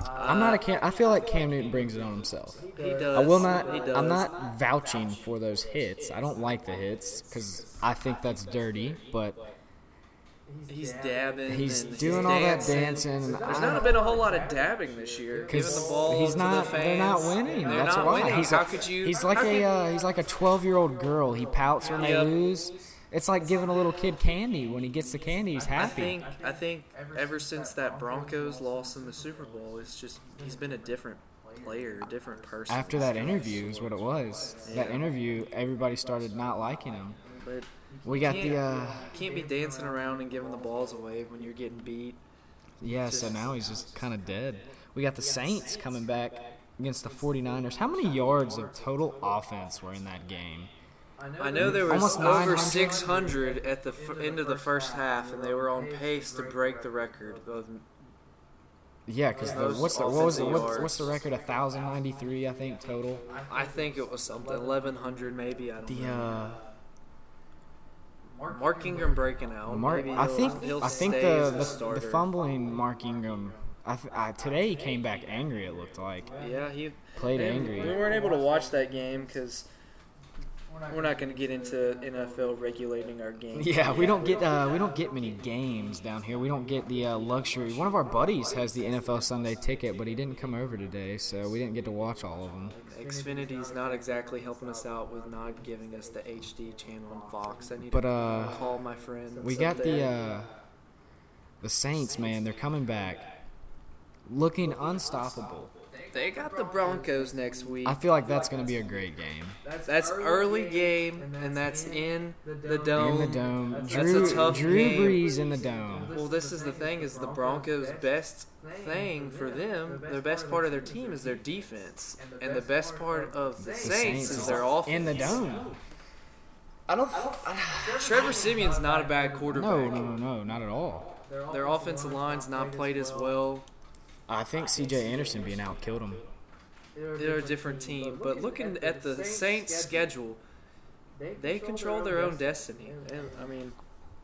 Speaker 1: I'm not a Cam. I feel like Cam Newton brings it on himself.
Speaker 2: he does.
Speaker 1: I will
Speaker 2: He
Speaker 1: not.
Speaker 2: does.
Speaker 1: I'm not vouching for those hits. I don't like the hits because I think that's dirty. But
Speaker 2: He's dabbing.
Speaker 1: he's
Speaker 2: and
Speaker 1: doing all that dancing. And
Speaker 2: There's
Speaker 1: I,
Speaker 2: not been a whole lot of dabbing this year. Giving the ball
Speaker 1: he's
Speaker 2: to
Speaker 1: not.
Speaker 2: the
Speaker 1: they're
Speaker 2: fans.
Speaker 1: not winning.
Speaker 2: They're
Speaker 1: that's
Speaker 2: not
Speaker 1: why.
Speaker 2: winning.
Speaker 1: He's
Speaker 2: how
Speaker 1: a,
Speaker 2: could you?
Speaker 1: He's like
Speaker 2: how
Speaker 1: a.
Speaker 2: could-
Speaker 1: Uh, he's like a 12 year old girl. He pouts when they
Speaker 2: Yep.
Speaker 1: lose. It's like giving a little kid candy. When he gets the candy, he's
Speaker 2: I
Speaker 1: happy.
Speaker 2: think. I think ever since that Broncos loss in the Super Bowl, it's just he's been a different player, a different person.
Speaker 1: After that interview is what it was. That
Speaker 2: Yeah.
Speaker 1: interview, everybody started not liking him.
Speaker 2: But
Speaker 1: We got
Speaker 2: can't,
Speaker 1: the. Uh,
Speaker 2: can't be dancing around and giving the balls away when you're getting beat.
Speaker 1: Yeah, so now he's just kind of dead. We got the Saints coming back against the 49ers. How many yards of total offense were in that game?
Speaker 2: I know there was
Speaker 1: Almost
Speaker 2: over
Speaker 1: 900.
Speaker 2: 600 at the f- end of the first half, and they were on pace to break the record of
Speaker 1: Yeah, because the,
Speaker 2: Most
Speaker 1: what's the what was the,
Speaker 2: offensive
Speaker 1: what's, what's the record? 1,093, I think, total.
Speaker 2: I think it was something 1100 maybe. I don't
Speaker 1: The
Speaker 2: know.
Speaker 1: uh,
Speaker 2: Mark Ingram breaking out.
Speaker 1: Mark,
Speaker 2: maybe
Speaker 1: I
Speaker 2: he'll-
Speaker 1: think
Speaker 2: he'll
Speaker 1: I think
Speaker 2: stay
Speaker 1: the
Speaker 2: as a
Speaker 1: the, the
Speaker 2: starter.
Speaker 1: fumbling Mark Ingram. I, th- I, today he came back angry. It looked like
Speaker 2: Yeah, he
Speaker 1: played
Speaker 2: they-
Speaker 1: angry.
Speaker 2: We weren't able to watch that game because we're not going to get into NFL regulating our game.
Speaker 1: Yeah, we don't get uh, we don't get many games down here. We don't get the uh, luxury. One of our buddies has the NFL Sunday ticket, but he didn't come over today, so we didn't get to watch all of them.
Speaker 2: Xfinity's not exactly helping us out with not giving us the HD channel on Fox. I need
Speaker 1: But
Speaker 2: to
Speaker 1: uh,
Speaker 2: call my friend.
Speaker 1: we got the
Speaker 2: someday.
Speaker 1: uh, The Saints, man, they're coming back, looking unstoppable.
Speaker 2: They got the Broncos next week.
Speaker 1: I feel like that's going to be a great game.
Speaker 2: That's early game, and that's in the dome.
Speaker 1: In the dome,
Speaker 2: That's
Speaker 1: Drew,
Speaker 2: a tough
Speaker 1: Drew
Speaker 2: game.
Speaker 1: Brees in the dome.
Speaker 2: Well, this is the thing: is the Broncos' best thing for them, the best part of their team is their defense, and the best part of the
Speaker 1: The
Speaker 2: Saints is their offense.
Speaker 1: in the dome. I don't.
Speaker 2: Trevor Simeon's not a bad quarterback.
Speaker 1: No, no, no, not at all.
Speaker 2: Their offensive line's not played as well.
Speaker 1: I think C.J. Anderson being out killed him.
Speaker 2: They're a different team, but looking at the Saints' schedule, they control their own destiny. And I mean,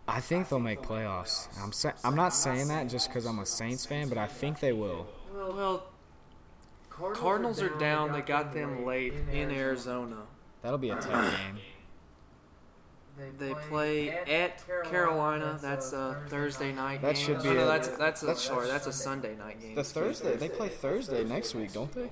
Speaker 1: I think they'll make playoffs. I'm sa- I'm not saying that just because I'm a Saints fan, but I think they will.
Speaker 2: well, Cardinals are down. They got them late in Arizona.
Speaker 1: That'll be a tough game.
Speaker 2: They play at Carolina. That's a Thursday night.
Speaker 1: That
Speaker 2: game.
Speaker 1: should be
Speaker 2: Oh, no,
Speaker 1: a-
Speaker 2: that's that's a
Speaker 1: that's-
Speaker 2: sorry. That's a Sunday night game.
Speaker 1: The Thursday they play Thursday next week, don't they?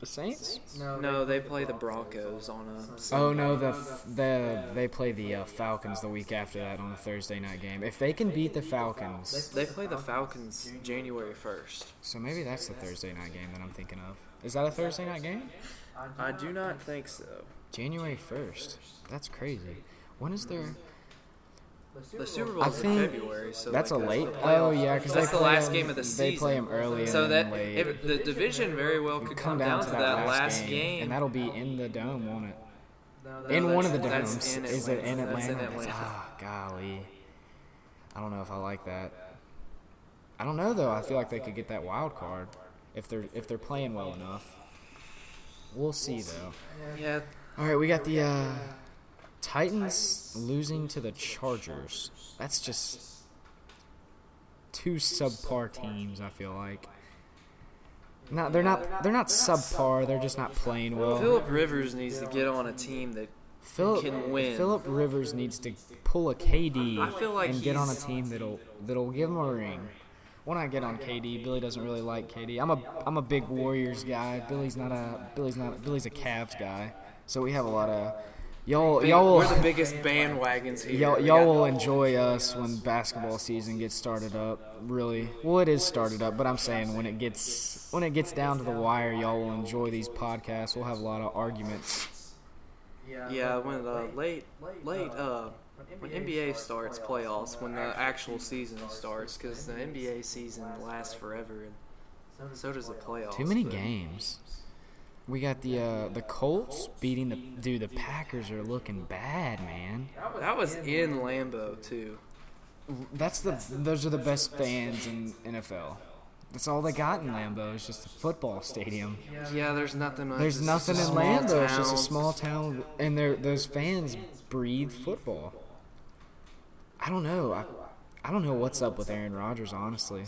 Speaker 1: The Saints.
Speaker 2: No, they play the Broncos on a.
Speaker 1: Oh no, the f- the they play the uh, Falcons the week after that on a Thursday night game. If they can beat the Falcons,
Speaker 2: They play the Falcons January first.
Speaker 1: so maybe that's the Thursday night game that I'm thinking of. Is that a Thursday night game?
Speaker 2: I do not think so.
Speaker 1: January first. That's crazy. When is their?
Speaker 2: The Super Bowl
Speaker 1: I
Speaker 2: is in
Speaker 1: think
Speaker 2: February, so
Speaker 1: That's a
Speaker 2: like,
Speaker 1: late.
Speaker 2: the playoff.
Speaker 1: Oh yeah, because
Speaker 2: That's the last game of the
Speaker 1: They play
Speaker 2: season.
Speaker 1: them early. and
Speaker 2: So
Speaker 1: then
Speaker 2: that
Speaker 1: late.
Speaker 2: if the division very well could come down to that last game.
Speaker 1: and that'll be in the dome, won't it?
Speaker 2: No,
Speaker 1: in one of the
Speaker 2: that's-
Speaker 1: domes.
Speaker 2: that's in
Speaker 1: Is it in
Speaker 2: Atlanta. That's
Speaker 1: Atlanta?
Speaker 2: in
Speaker 1: That's-
Speaker 2: Atlanta.
Speaker 1: Ah, golly. I don't know if I like that. I don't know though. I feel like they could get that wild card if they're if they're playing well enough. We'll see though.
Speaker 2: Yeah,
Speaker 1: All right, we got the uh, Titans losing to the Chargers. That's just two subpar teams. I feel like. No, they're not. They're not subpar. They're just not playing well.
Speaker 2: Philip Rivers needs to get on a team that
Speaker 1: Philip
Speaker 2: can win.
Speaker 1: Philip Rivers needs to pull a KD
Speaker 2: I feel like
Speaker 1: and get on a
Speaker 2: he's-
Speaker 1: team that'll that'll give him a ring. When I get on KD, Billy doesn't really like KD. I'm a I'm a big Warriors guy. Billy's not a Billy's not Billy's a Cavs guy. So we have a lot of y'all y'all
Speaker 2: we're the
Speaker 1: will,
Speaker 2: biggest bandwagons here.
Speaker 1: y'all,
Speaker 2: We
Speaker 1: y'all
Speaker 2: got-
Speaker 1: will enjoy us when basketball season gets started up. Really, well it is started up, but I'm saying when it gets when it gets down to the wire, y'all will enjoy these podcasts. We'll have a lot of arguments.
Speaker 2: Yeah, when the late, late, uh, when NBA starts playoffs, when the actual season starts, because the NBA season lasts forever, and so does the playoffs.
Speaker 1: Too many
Speaker 2: but-
Speaker 1: games. We got the uh, the Colts beating the dude. The Packers are looking bad, man.
Speaker 2: That was in Lambeau too.
Speaker 1: That's the those are the best fans in NFL. That's all they got in Lambeau. It's just a football stadium.
Speaker 2: Yeah, there's nothing. much.
Speaker 1: There's
Speaker 2: It's
Speaker 1: nothing in
Speaker 2: just a small
Speaker 1: Lambeau. It's just a
Speaker 2: town.
Speaker 1: small town, and they're- those fans breathe football. I don't know. I, I don't know what's up with Aaron Rodgers, honestly.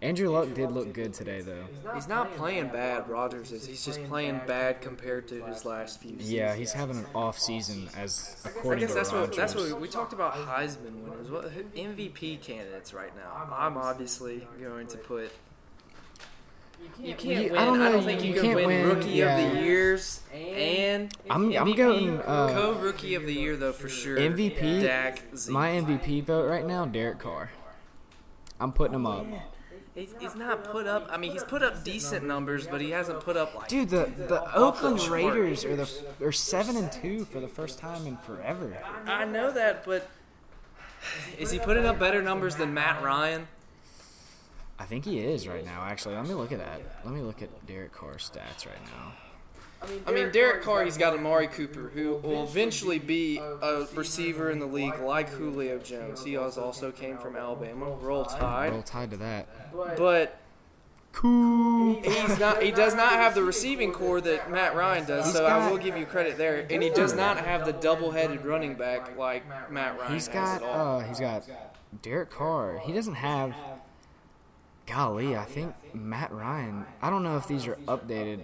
Speaker 1: Andrew Luck did look good today, though.
Speaker 2: He's not playing bad. Rogers is. He's just playing bad compared to his last few. Seasons.
Speaker 1: Yeah, he's having an off season, as
Speaker 2: I
Speaker 1: according
Speaker 2: guess
Speaker 1: to
Speaker 2: that's what
Speaker 1: Rodgers.
Speaker 2: that's what we talked about Heisman winners. What who- MVP candidates right now? I'm obviously going to put. You can't
Speaker 1: Yeah,
Speaker 2: win.
Speaker 1: I
Speaker 2: I
Speaker 1: don't
Speaker 2: don't,
Speaker 1: know,
Speaker 2: think you,
Speaker 1: you
Speaker 2: can
Speaker 1: can't
Speaker 2: win,
Speaker 1: win,
Speaker 2: Rookie of
Speaker 1: yeah.
Speaker 2: the Years and
Speaker 1: I'm- I'm
Speaker 2: MVP.
Speaker 1: going, uh,
Speaker 2: co Rookie of the Year though for sure.
Speaker 1: MVP?
Speaker 2: Dak. Zeke.
Speaker 1: My MVP vote right now, Derek Carr. I'm putting him up.
Speaker 2: He's, he's not put up. I mean, he's put up decent numbers, but he hasn't put up like.
Speaker 1: Dude, the, the Oakland Raiders are the are seven and two for the first time in forever.
Speaker 2: I know that, but is he putting up better numbers than Matt Ryan?
Speaker 1: I think he is right now. Actually, let me look at that. Let me look at Derek Carr's stats right now.
Speaker 2: I mean, Derek Carr, he's got Amari Cooper, who will eventually be a receiver in the league like Julio Jones. He was- also came from Alabama. Roll
Speaker 1: Roll
Speaker 2: Tide.
Speaker 1: tied to that.
Speaker 2: But
Speaker 1: Cool.
Speaker 2: he's not. He does not have the receiving core that Matt Ryan does. So I will give you credit there. And he does not have the double-headed running back like Matt Ryan
Speaker 1: He's
Speaker 2: has
Speaker 1: got
Speaker 2: at all.
Speaker 1: uh, he's got Derek Carr. He doesn't have. Golly, I think Matt Ryan. I don't know if these are updated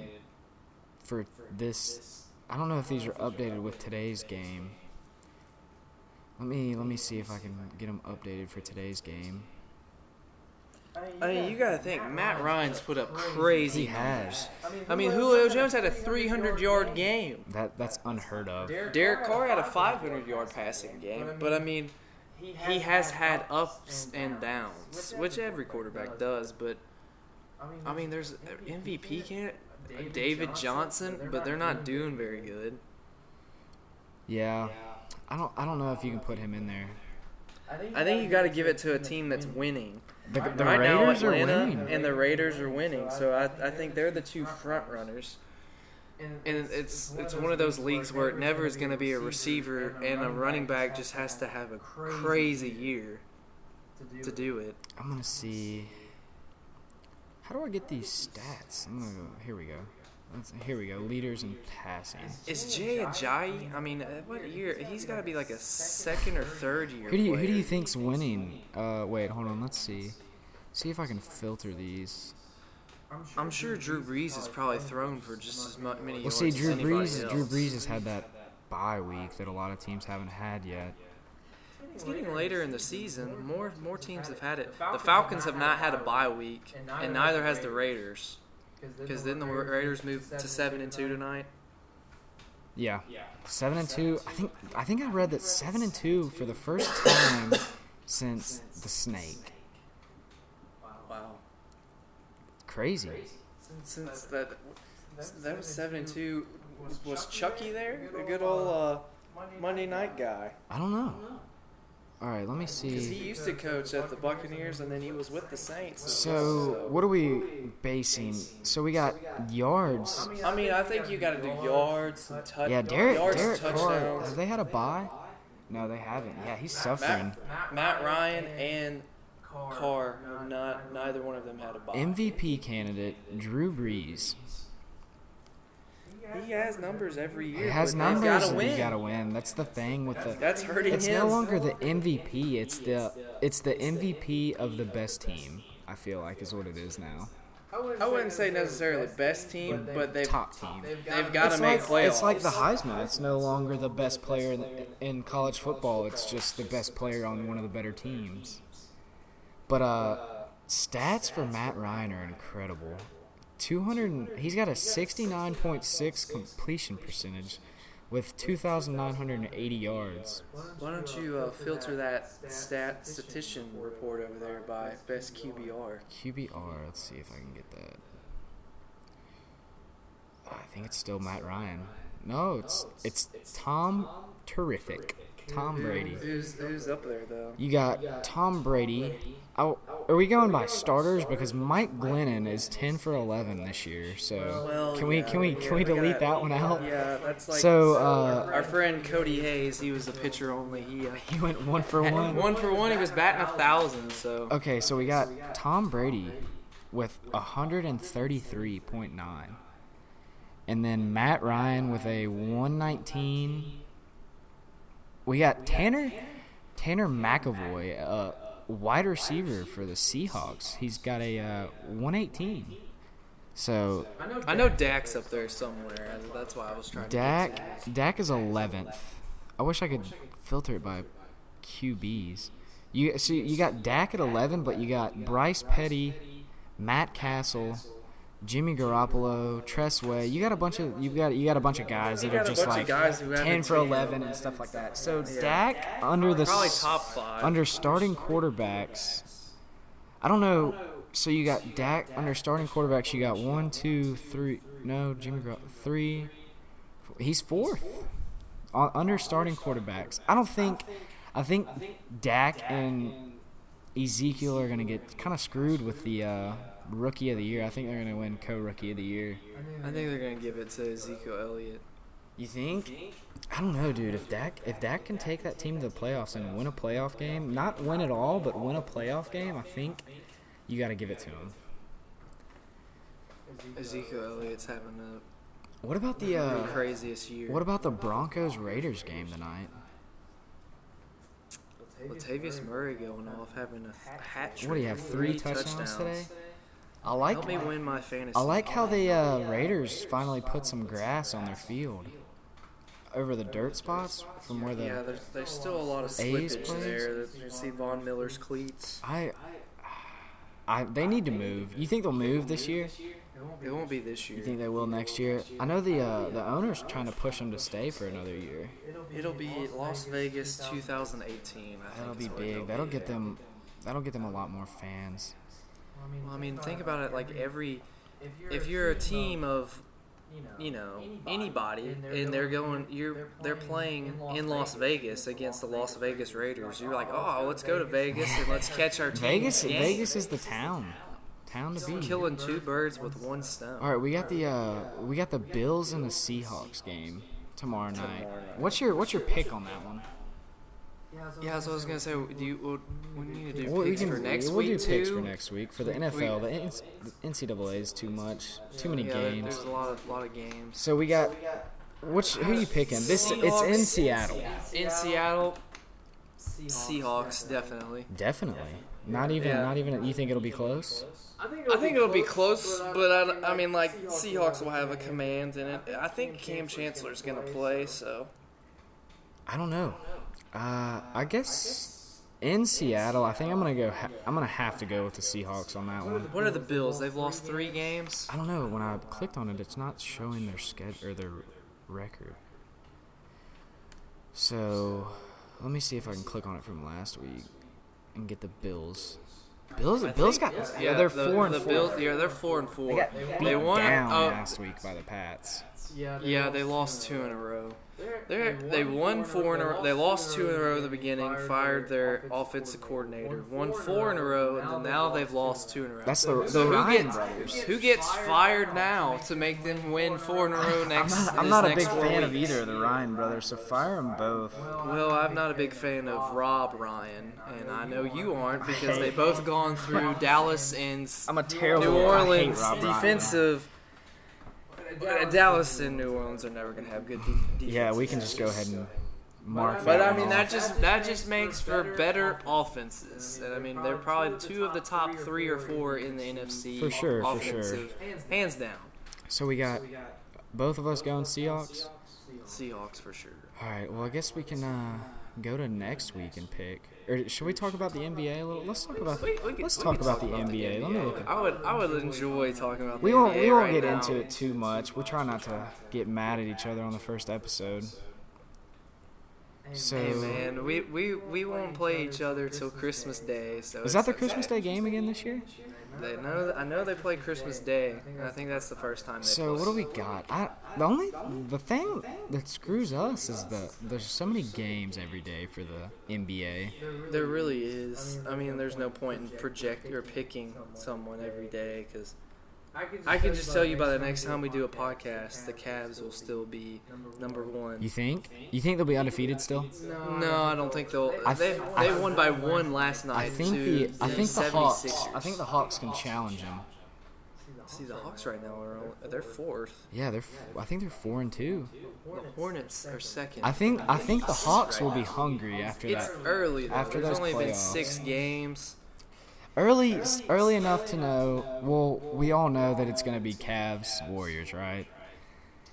Speaker 1: for this. I don't know if these are updated with today's game. Let me let me see if I can get them updated for today's game.
Speaker 2: I mean, you gotta think. Matt Ryan's put up crazy.
Speaker 1: He has
Speaker 2: I mean, Julio Jones had a 300-yard game.
Speaker 1: that. That's unheard of.
Speaker 2: Derek Carr had a 500 yard passing game, but I mean, he has had ups and downs, which every quarterback does. But I mean, there's MVP can't David Johnson, but they're not doing very good.
Speaker 1: Yeah. I don't I don't know if you can put him in there.
Speaker 2: I think you got to give it to a team that's winning.
Speaker 1: The, the
Speaker 2: right now,
Speaker 1: Raiders
Speaker 2: Atlanta
Speaker 1: are winning.
Speaker 2: and the Raiders are winning, so I, I think they're the two front runners. And it's it's one of those leagues where it never is going to be a receiver and a running back just has to have a crazy year to do it.
Speaker 1: I'm gonna see. How do I get these stats? I'm gonna go. Here we go. Let's, here we go. Leaders in passing.
Speaker 2: Is Jay Ajayi? I mean, uh, what year? He's got to be like a second or third year.
Speaker 1: Who do you who do you
Speaker 2: player.
Speaker 1: think's winning? Uh, wait, hold on. Let's see. See if I can filter these.
Speaker 2: I'm sure Drew Brees is probably thrown for just as mu- many
Speaker 1: Well,
Speaker 2: yards
Speaker 1: see,
Speaker 2: as
Speaker 1: Drew
Speaker 2: anybody
Speaker 1: Brees.
Speaker 2: else.
Speaker 1: Drew Brees has had that bye week that a lot of teams haven't had yet.
Speaker 2: It's getting later in the season. More more teams have had it. The Falcons have not had a bye week, and neither has the Raiders. Because then the Raiders moved to seven and two tonight.
Speaker 1: Yeah. Seven and two. I think I think I read that seven and two for the first time since the snake.
Speaker 2: Oh, Wow.
Speaker 1: Crazy.
Speaker 2: Since that that was seven and two, was Chucky there? The good old uh, Monday night guy.
Speaker 1: I don't know. All right, let me
Speaker 2: Because
Speaker 1: see.
Speaker 2: he used to coach at the Buccaneers, and then he was with the Saints.
Speaker 1: So what are we basing? So we got yards.
Speaker 2: I mean, I think you got to do yards and touch.
Speaker 1: Yeah, Derek.
Speaker 2: yards,
Speaker 1: Derek Carr.
Speaker 2: touchdowns.
Speaker 1: Have they had a bye? No, they haven't. Yeah, he's suffering.
Speaker 2: Matt, Matt Ryan and Carr, not neither one of them had a bye.
Speaker 1: MVP candidate Drew Brees.
Speaker 2: He has numbers every year.
Speaker 1: He has
Speaker 2: but they've gotta
Speaker 1: numbers, and
Speaker 2: win.
Speaker 1: you gotta win. That's the thing with the.
Speaker 2: That's hurting
Speaker 1: It's
Speaker 2: him.
Speaker 1: no longer the MVP. It's the it's the MVP of the best team. I feel like is what it is now.
Speaker 2: I wouldn't say necessarily best team, but they've
Speaker 1: Top team.
Speaker 2: they've got to
Speaker 1: It's
Speaker 2: make
Speaker 1: like,
Speaker 2: playoffs.
Speaker 1: it's like the Heisman. It's no longer the best player in, in college football. It's just the best player on one of the better teams. But uh, stats for Matt Ryan are incredible. 200. and- He's got a 69.6 completion percentage, with 2,980 yards.
Speaker 2: Why don't you uh, filter that stat statistician report over there by best QBR?
Speaker 1: QBR. Let's see if I can get that. I think it's still Matt Ryan. No, it's it's Tom Terrific. Tom Brady.
Speaker 2: Who's who's up there though?
Speaker 1: You got Tom Brady. Oh, are we going by starters? Because Mike Glennon is ten for eleven this year. So
Speaker 2: Well,
Speaker 1: can we
Speaker 2: yeah,
Speaker 1: can we
Speaker 2: yeah,
Speaker 1: can we
Speaker 2: gotta-
Speaker 1: delete that one out?
Speaker 2: Yeah, that's like
Speaker 1: So uh,
Speaker 2: our friend Cody Hayes. He was a pitcher only. He uh,
Speaker 1: he went one for
Speaker 2: one.
Speaker 1: one. Uh,
Speaker 2: for one. He was batting a thousand. So
Speaker 1: Okay, so we got Tom Brady with hundred and thirty three point nine, and then Matt Ryan with a one nineteen. We got Tanner Tanner McAvoy, uh, wide receiver for the Seahawks. He's got a uh, 118. So
Speaker 2: I know Dak's up there somewhere. and That's why I was trying.
Speaker 1: Dak Dak is 11th. I wish I could filter it by QBs. You see, you got Dak at 11, but you got Bryce Petty, Matt Castle, Jimmy Garoppolo, Tressway. You got a bunch of you got you got a bunch of guys that are
Speaker 2: got a
Speaker 1: just
Speaker 2: bunch
Speaker 1: like
Speaker 2: of guys who haven't
Speaker 1: 10 for
Speaker 2: seen
Speaker 1: 11 and stuff like that. So Dak under the
Speaker 2: To, probably
Speaker 1: s-
Speaker 2: top five.
Speaker 1: under starting quarterbacks. I don't know. So you got Dak under starting quarterbacks. You got one, two, three. No, Jimmy Garoppolo three. four- He's fourth on, under starting quarterbacks. I don't think. I think Dak and Ezekiel are gonna get kind of screwed with the uh, rookie of the year. I think they're gonna win co-rookie of the year.
Speaker 2: I think they're gonna give it to Ezekiel Elliott.
Speaker 1: You think? I don't know, dude. If Dak if Dak can take that team to the playoffs and win a playoff game, not win it all, but win a playoff game, I think you got to give it to him.
Speaker 2: Ezekiel Elliott's having a
Speaker 1: What about the
Speaker 2: the
Speaker 1: uh,
Speaker 2: craziest year.
Speaker 1: what about the Broncos Raiders game tonight?
Speaker 2: Latavius Murray going off, having a hat trick.
Speaker 1: What do you have? Three touchdowns today. I like
Speaker 2: Help me win my fantasy.
Speaker 1: I like how the uh, Raiders finally put some grass on their field over the dirt spots from where
Speaker 2: Yeah,
Speaker 1: the
Speaker 2: there's, there's still a lot of
Speaker 1: A's
Speaker 2: slippage
Speaker 1: plays?
Speaker 2: there. You see Von Miller's cleats.
Speaker 1: I I they need to move. You think they'll move this year?
Speaker 2: It won't be this year.
Speaker 1: You think they will next year? I know the uh, the owner's trying to push them to stay for another year.
Speaker 2: It'll be Las Vegas 2018. I think
Speaker 1: That'll
Speaker 2: is
Speaker 1: be
Speaker 2: what
Speaker 1: big.
Speaker 2: it'll
Speaker 1: That'll
Speaker 2: be.
Speaker 1: get them. That'll get them a lot more fans.
Speaker 2: Well, I mean, think about it. Like every, if you're a team of, you know, anybody, and they're going, you're they're playing in Las Vegas against the Las Vegas Raiders. You're like, oh, let's go to Vegas and let's catch our team.
Speaker 1: Vegas.
Speaker 2: Yeah.
Speaker 1: Vegas is the town. Town to be.
Speaker 2: Killing two birds with one stone.
Speaker 1: All right, we got the uh, we got the Bills and the Seahawks game tomorrow night. What's your what's your pick on that one?
Speaker 2: Yeah, so I was gonna say, do you? Well, we need to do
Speaker 1: Well, we
Speaker 2: picks
Speaker 1: can
Speaker 2: for next
Speaker 1: we'll
Speaker 2: week
Speaker 1: do
Speaker 2: too.
Speaker 1: picks for next week for the NFL. The N- the NCAA is too much, too many
Speaker 2: yeah, there-
Speaker 1: games.
Speaker 2: there's a lot of lot of games.
Speaker 1: So we got which who you picking? This it's in
Speaker 2: Seahawks.
Speaker 1: Seattle.
Speaker 2: In Seattle,
Speaker 3: Seahawks,
Speaker 2: Seahawks definitely.
Speaker 1: Definitely. Not even
Speaker 2: Yeah.
Speaker 1: not even you think it'll be close?
Speaker 2: I think it'll be close, but I, I mean, like Seahawks will have a command in it. I think Cam Chancellor's gonna play, so
Speaker 1: I don't know. Uh, I guess in Seattle, I think I'm gonna go. Ha- I'm gonna have to go with the Seahawks on that one.
Speaker 2: what are the Bills? They've lost three games.
Speaker 1: I don't know. When I clicked on it, it's not showing their schedule or their record. So, let me see if I can click on it from last week and get the Bills. Bills, Bills got yeah, they're
Speaker 2: the,
Speaker 1: four and
Speaker 2: the
Speaker 1: four.
Speaker 2: Bills, yeah, they're four and
Speaker 1: They
Speaker 2: four.
Speaker 1: got
Speaker 2: They,
Speaker 1: beat
Speaker 2: won.
Speaker 1: down
Speaker 2: Uh,
Speaker 1: last week by the Pats.
Speaker 2: yeah, they lost two in a row. They they won four in a row. They lost two in a row at the beginning. Fired their offensive coordinator. Won four in a row, and then now they've lost two in a row.
Speaker 1: That's the the
Speaker 2: So who
Speaker 1: Ryan
Speaker 2: gets-
Speaker 1: brothers.
Speaker 2: Who gets fired now to make them win four in a row
Speaker 1: I'm
Speaker 2: next?
Speaker 1: not, I'm
Speaker 2: this
Speaker 1: not a
Speaker 2: next
Speaker 1: big
Speaker 2: four
Speaker 1: fan of
Speaker 2: weeks?
Speaker 1: either of the Ryan brothers, so fire them both.
Speaker 2: Well, I'm not a big fan of Rob Ryan, and I know you aren't because they both gone through Dallas and s-
Speaker 1: I'm a terrible.
Speaker 2: New Orleans
Speaker 1: I hate Rob Ryan.
Speaker 2: defensive. Uh, Dallas and New Orleans are never gonna have good de- defense.
Speaker 1: Yeah, we can just go ahead and mark.
Speaker 2: But I
Speaker 1: one
Speaker 2: mean,
Speaker 1: off.
Speaker 2: that just that just makes for better offenses, and I mean they're probably two of the top three or four in the NFC
Speaker 1: For sure, for sure.
Speaker 2: offensive, hands down.
Speaker 1: So we got both of us going Seahawks.
Speaker 2: Seahawks for sure.
Speaker 1: All right. Well, I guess we can uh, go to next week and pick. Or should we talk about the NBA a little? Let's talk about.
Speaker 2: We- we could-
Speaker 1: Let's
Speaker 2: we
Speaker 1: talk
Speaker 2: could
Speaker 1: about the NBA. Let me look. at-
Speaker 2: I would I would enjoy talking about.
Speaker 1: We
Speaker 2: the
Speaker 1: won't.
Speaker 2: NBA
Speaker 1: We won't
Speaker 2: right
Speaker 1: get
Speaker 2: now.
Speaker 1: into it too much. We try not to get mad at each other on the first episode. So
Speaker 2: Hey man, we, we, we won't play each other till Christmas Day. So
Speaker 1: is that
Speaker 2: it's-
Speaker 1: their Christmas Day game again this year?
Speaker 2: They know, I know they play Christmas Day, and I think that's the first time. They
Speaker 1: So
Speaker 2: play.
Speaker 1: what do we got? I the only the thing that screws us is the there's so many games every day for the NBA.
Speaker 2: There really is. I mean, there's no point in project or picking someone every day because I can just tell you by the next time we do a podcast, the Cavs will still be number one.
Speaker 1: You think? You think they'll be undefeated still?
Speaker 2: No, I don't think they'll.
Speaker 1: I
Speaker 2: They,
Speaker 1: th-
Speaker 2: they
Speaker 1: I-
Speaker 2: won by one last night.
Speaker 1: I think
Speaker 2: to
Speaker 1: the I think the
Speaker 2: 76ers.
Speaker 1: Hawks I think the Hawks can challenge them.
Speaker 2: See, the Hawks right now are all, they're fourth.
Speaker 1: Yeah, they're f- I think they're four and two.
Speaker 2: The Hornets are second.
Speaker 1: I think I think the Hawks will be hungry after
Speaker 2: It's
Speaker 1: that.
Speaker 2: early. Though.
Speaker 1: after those
Speaker 2: There's only been
Speaker 1: playoffs.
Speaker 2: six games.
Speaker 1: Early early enough to know. Well, we all know that it's going to be Cavs Warriors, right?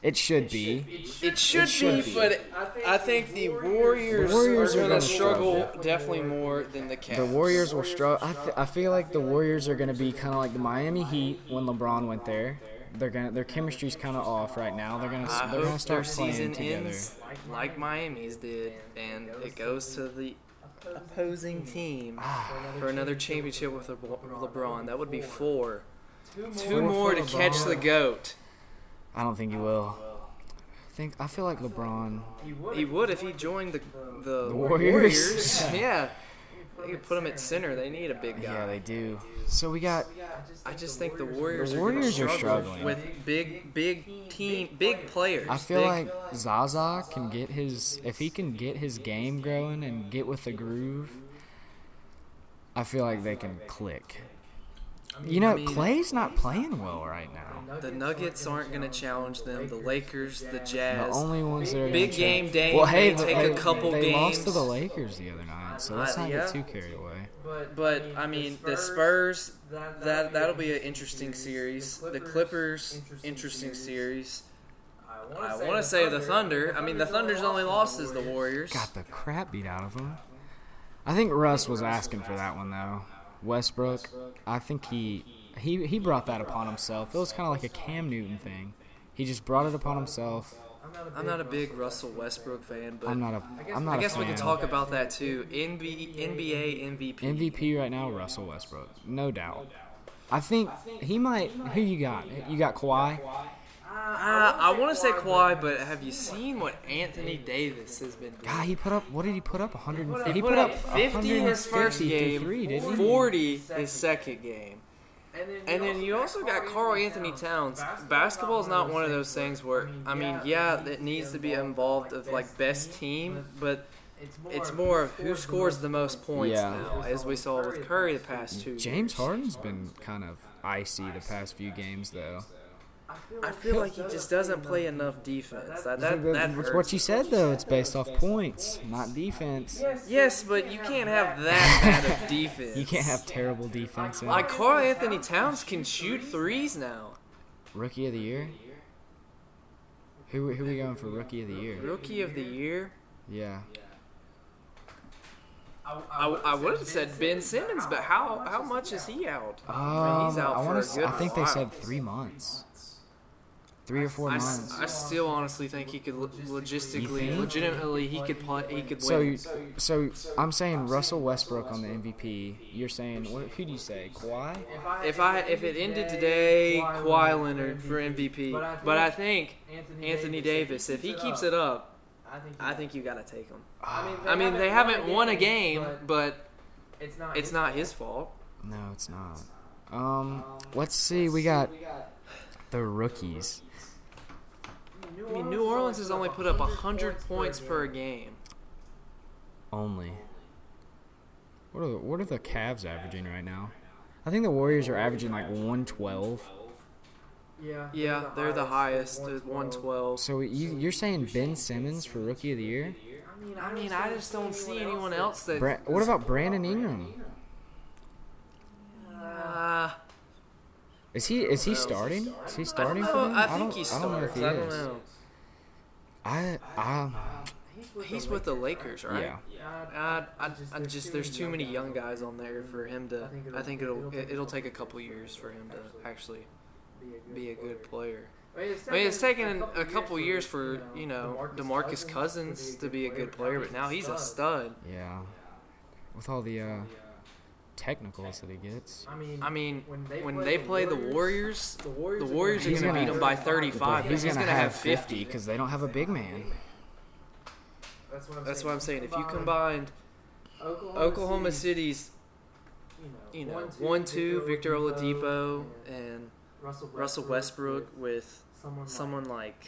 Speaker 1: It should be.
Speaker 2: It should,
Speaker 1: should
Speaker 2: be,
Speaker 1: be.
Speaker 2: but I think the Warriors,
Speaker 1: The Warriors
Speaker 2: are
Speaker 1: are
Speaker 2: going to
Speaker 1: gonna
Speaker 2: struggle
Speaker 1: struggle.
Speaker 2: definitely more than the Cavs.
Speaker 1: The Warriors will struggle. I, th- I feel like the Warriors are going to be kind of like the Miami Heat when LeBron went there. They're gonna their chemistry's kind of off right now. They're gonna
Speaker 2: I
Speaker 1: they're gonna
Speaker 2: hope their
Speaker 1: start playing
Speaker 2: season
Speaker 1: together.
Speaker 2: ends like Miami's did, and it goes to the opposing team
Speaker 1: Ah.
Speaker 2: for another championship with LeBron. LeBron. That would be four. Two more to catch the goat.
Speaker 1: I don't think he will. I think I feel like LeBron.
Speaker 2: He would if he joined the the,
Speaker 1: Warriors?
Speaker 2: Warriors. yeah, they could put him at center. They need a big guy.
Speaker 1: Yeah, they do. So we got
Speaker 2: I just think the Warriors,
Speaker 1: The
Speaker 2: Warriors
Speaker 1: Warriors
Speaker 2: are,
Speaker 1: are
Speaker 2: gonna struggle
Speaker 1: struggling.
Speaker 2: with big, big team, big players.
Speaker 1: I feel
Speaker 2: big,
Speaker 1: like Zaza can get his if he can get his game growing and get with the groove. I feel like they can click. You know,
Speaker 2: mean-
Speaker 1: Clay's not playing well right now.
Speaker 2: the Nuggets aren't going to challenge them. The Lakers, the
Speaker 1: The
Speaker 2: Jazz.
Speaker 1: only ones that are gonna
Speaker 2: Big
Speaker 1: try-
Speaker 2: game day,
Speaker 1: Well, hey,
Speaker 2: they
Speaker 1: but
Speaker 2: take
Speaker 1: they,
Speaker 2: a couple
Speaker 1: they lost to
Speaker 2: games.
Speaker 1: the Lakers the other night, so let's
Speaker 2: Uh,
Speaker 1: not
Speaker 2: yeah.
Speaker 1: get too carried away.
Speaker 2: but I mean, the Spurs. That that'll be an interesting series. The Clippers, interesting series. I want to say the Thunder. I mean, the Thunder's only loss is the Warriors.
Speaker 1: Got the crap beat out of him. I think Russ was asking for that one though. Westbrook, I think he he he brought that upon himself. It was kind of like a Cam Newton thing. He just brought it upon himself.
Speaker 2: I'm not a big Russell Westbrook fan, but
Speaker 1: I'm not a I'm not
Speaker 2: I
Speaker 1: a
Speaker 2: guess we
Speaker 1: fan.
Speaker 2: can talk about that too. NBA, NBA MVP.
Speaker 1: MVP right now, Russell Westbrook, no doubt. I think he might. Who you got? You got Kawhi.
Speaker 2: Uh, I want to say Kawhi, but have you seen what Anthony Davis has been doing?
Speaker 1: God, he put up. What did he put up? 150.
Speaker 2: He put up 50 in his first
Speaker 1: 150 through
Speaker 2: game,
Speaker 1: three, didn't he?
Speaker 2: 40 his second game. And then you also got Carl Anthony Towns. Basketball is not one of those things where, I mean, yeah, it needs to be involved of like best team, but it's more of who scores the most points
Speaker 1: Yeah.
Speaker 2: now, as we saw with Curry the past two.
Speaker 1: James Harden's been kind of icy the past few games, though.
Speaker 2: I feel like he just doesn't play enough defense. That, that, that
Speaker 1: That's
Speaker 2: hurts.
Speaker 1: what you said, though. It's based off points, not defense.
Speaker 2: Yes, but you can't have that kind of defense.
Speaker 1: You can't have terrible defense. In.
Speaker 2: Like Carl Anthony Towns can shoot threes now.
Speaker 1: Rookie of the year. Who who we going for rookie of the year?
Speaker 2: Rookie of the year.
Speaker 1: Yeah.
Speaker 2: I, I would have said Ben Simmons, but how how much is he out?
Speaker 1: Um,
Speaker 2: he's out
Speaker 1: I
Speaker 2: for
Speaker 1: want
Speaker 2: a
Speaker 1: to.
Speaker 2: good
Speaker 1: I think they
Speaker 2: while.
Speaker 1: said three months. Three or four
Speaker 2: I, s-
Speaker 1: months.
Speaker 2: I still honestly think he could lo-
Speaker 1: You
Speaker 2: logistically,
Speaker 1: think?
Speaker 2: legitimately, he could play, he could
Speaker 1: So,
Speaker 2: win.
Speaker 1: you, so I'm saying Russell Westbrook on the MVP. You're saying what, who do you say? Kawhi?
Speaker 2: if I if it ended today, Kawhi Leonard for MVP. But I think Anthony Davis, if he keeps it up, I think you gotta take him. I mean, they haven't won a game, but
Speaker 3: It's not.
Speaker 2: it's not his fault.
Speaker 1: No, it's not. Um, let's see. We got the rookies.
Speaker 2: I mean, New Orleans has only put up 100 points per game.
Speaker 1: Only. What are the, what are the Cavs averaging right now? I think the Warriors are averaging like 112.
Speaker 3: Yeah,
Speaker 2: Yeah, they're the highest at 112.
Speaker 1: So you you're saying Ben Simmons for Rookie of the Year?
Speaker 2: I mean, I just don't see anyone else that.
Speaker 1: Bra- what about Brandon Ingram?
Speaker 2: Uh,
Speaker 1: Is he is he starting? Is he
Speaker 2: I don't
Speaker 1: starting for
Speaker 2: know.
Speaker 1: them?
Speaker 2: I think he
Speaker 1: I don't know if
Speaker 2: starts.
Speaker 1: he
Speaker 2: I don't
Speaker 1: is.
Speaker 2: know.
Speaker 1: I I
Speaker 2: He's with the Lakers, right?
Speaker 1: yeah.
Speaker 2: I, I, I just there's too many young guys on there for him to. I think it'll it- it'll take a couple years for him to actually be a good player. I mean, it's taken a couple years for you know Demarcus Cousins to be a good player, but now he's a stud.
Speaker 1: Yeah. With all the uh, technicals that he gets.
Speaker 3: I mean,
Speaker 2: I mean, when they play the Warriors, the
Speaker 3: Warriors are
Speaker 2: Warriors are
Speaker 1: He's
Speaker 2: gonna beat
Speaker 1: gonna-
Speaker 2: them by
Speaker 1: But
Speaker 2: 35. but He's gonna have 50.
Speaker 1: because they don't have a big man.
Speaker 3: that's what I'm
Speaker 2: That's what
Speaker 3: saying.
Speaker 2: I'm saying. If you combined Oklahoma City's, you know, one-two Victor Oladipo and
Speaker 3: Russell Westbrook,
Speaker 2: Russell Westbrook with
Speaker 3: someone,
Speaker 2: someone like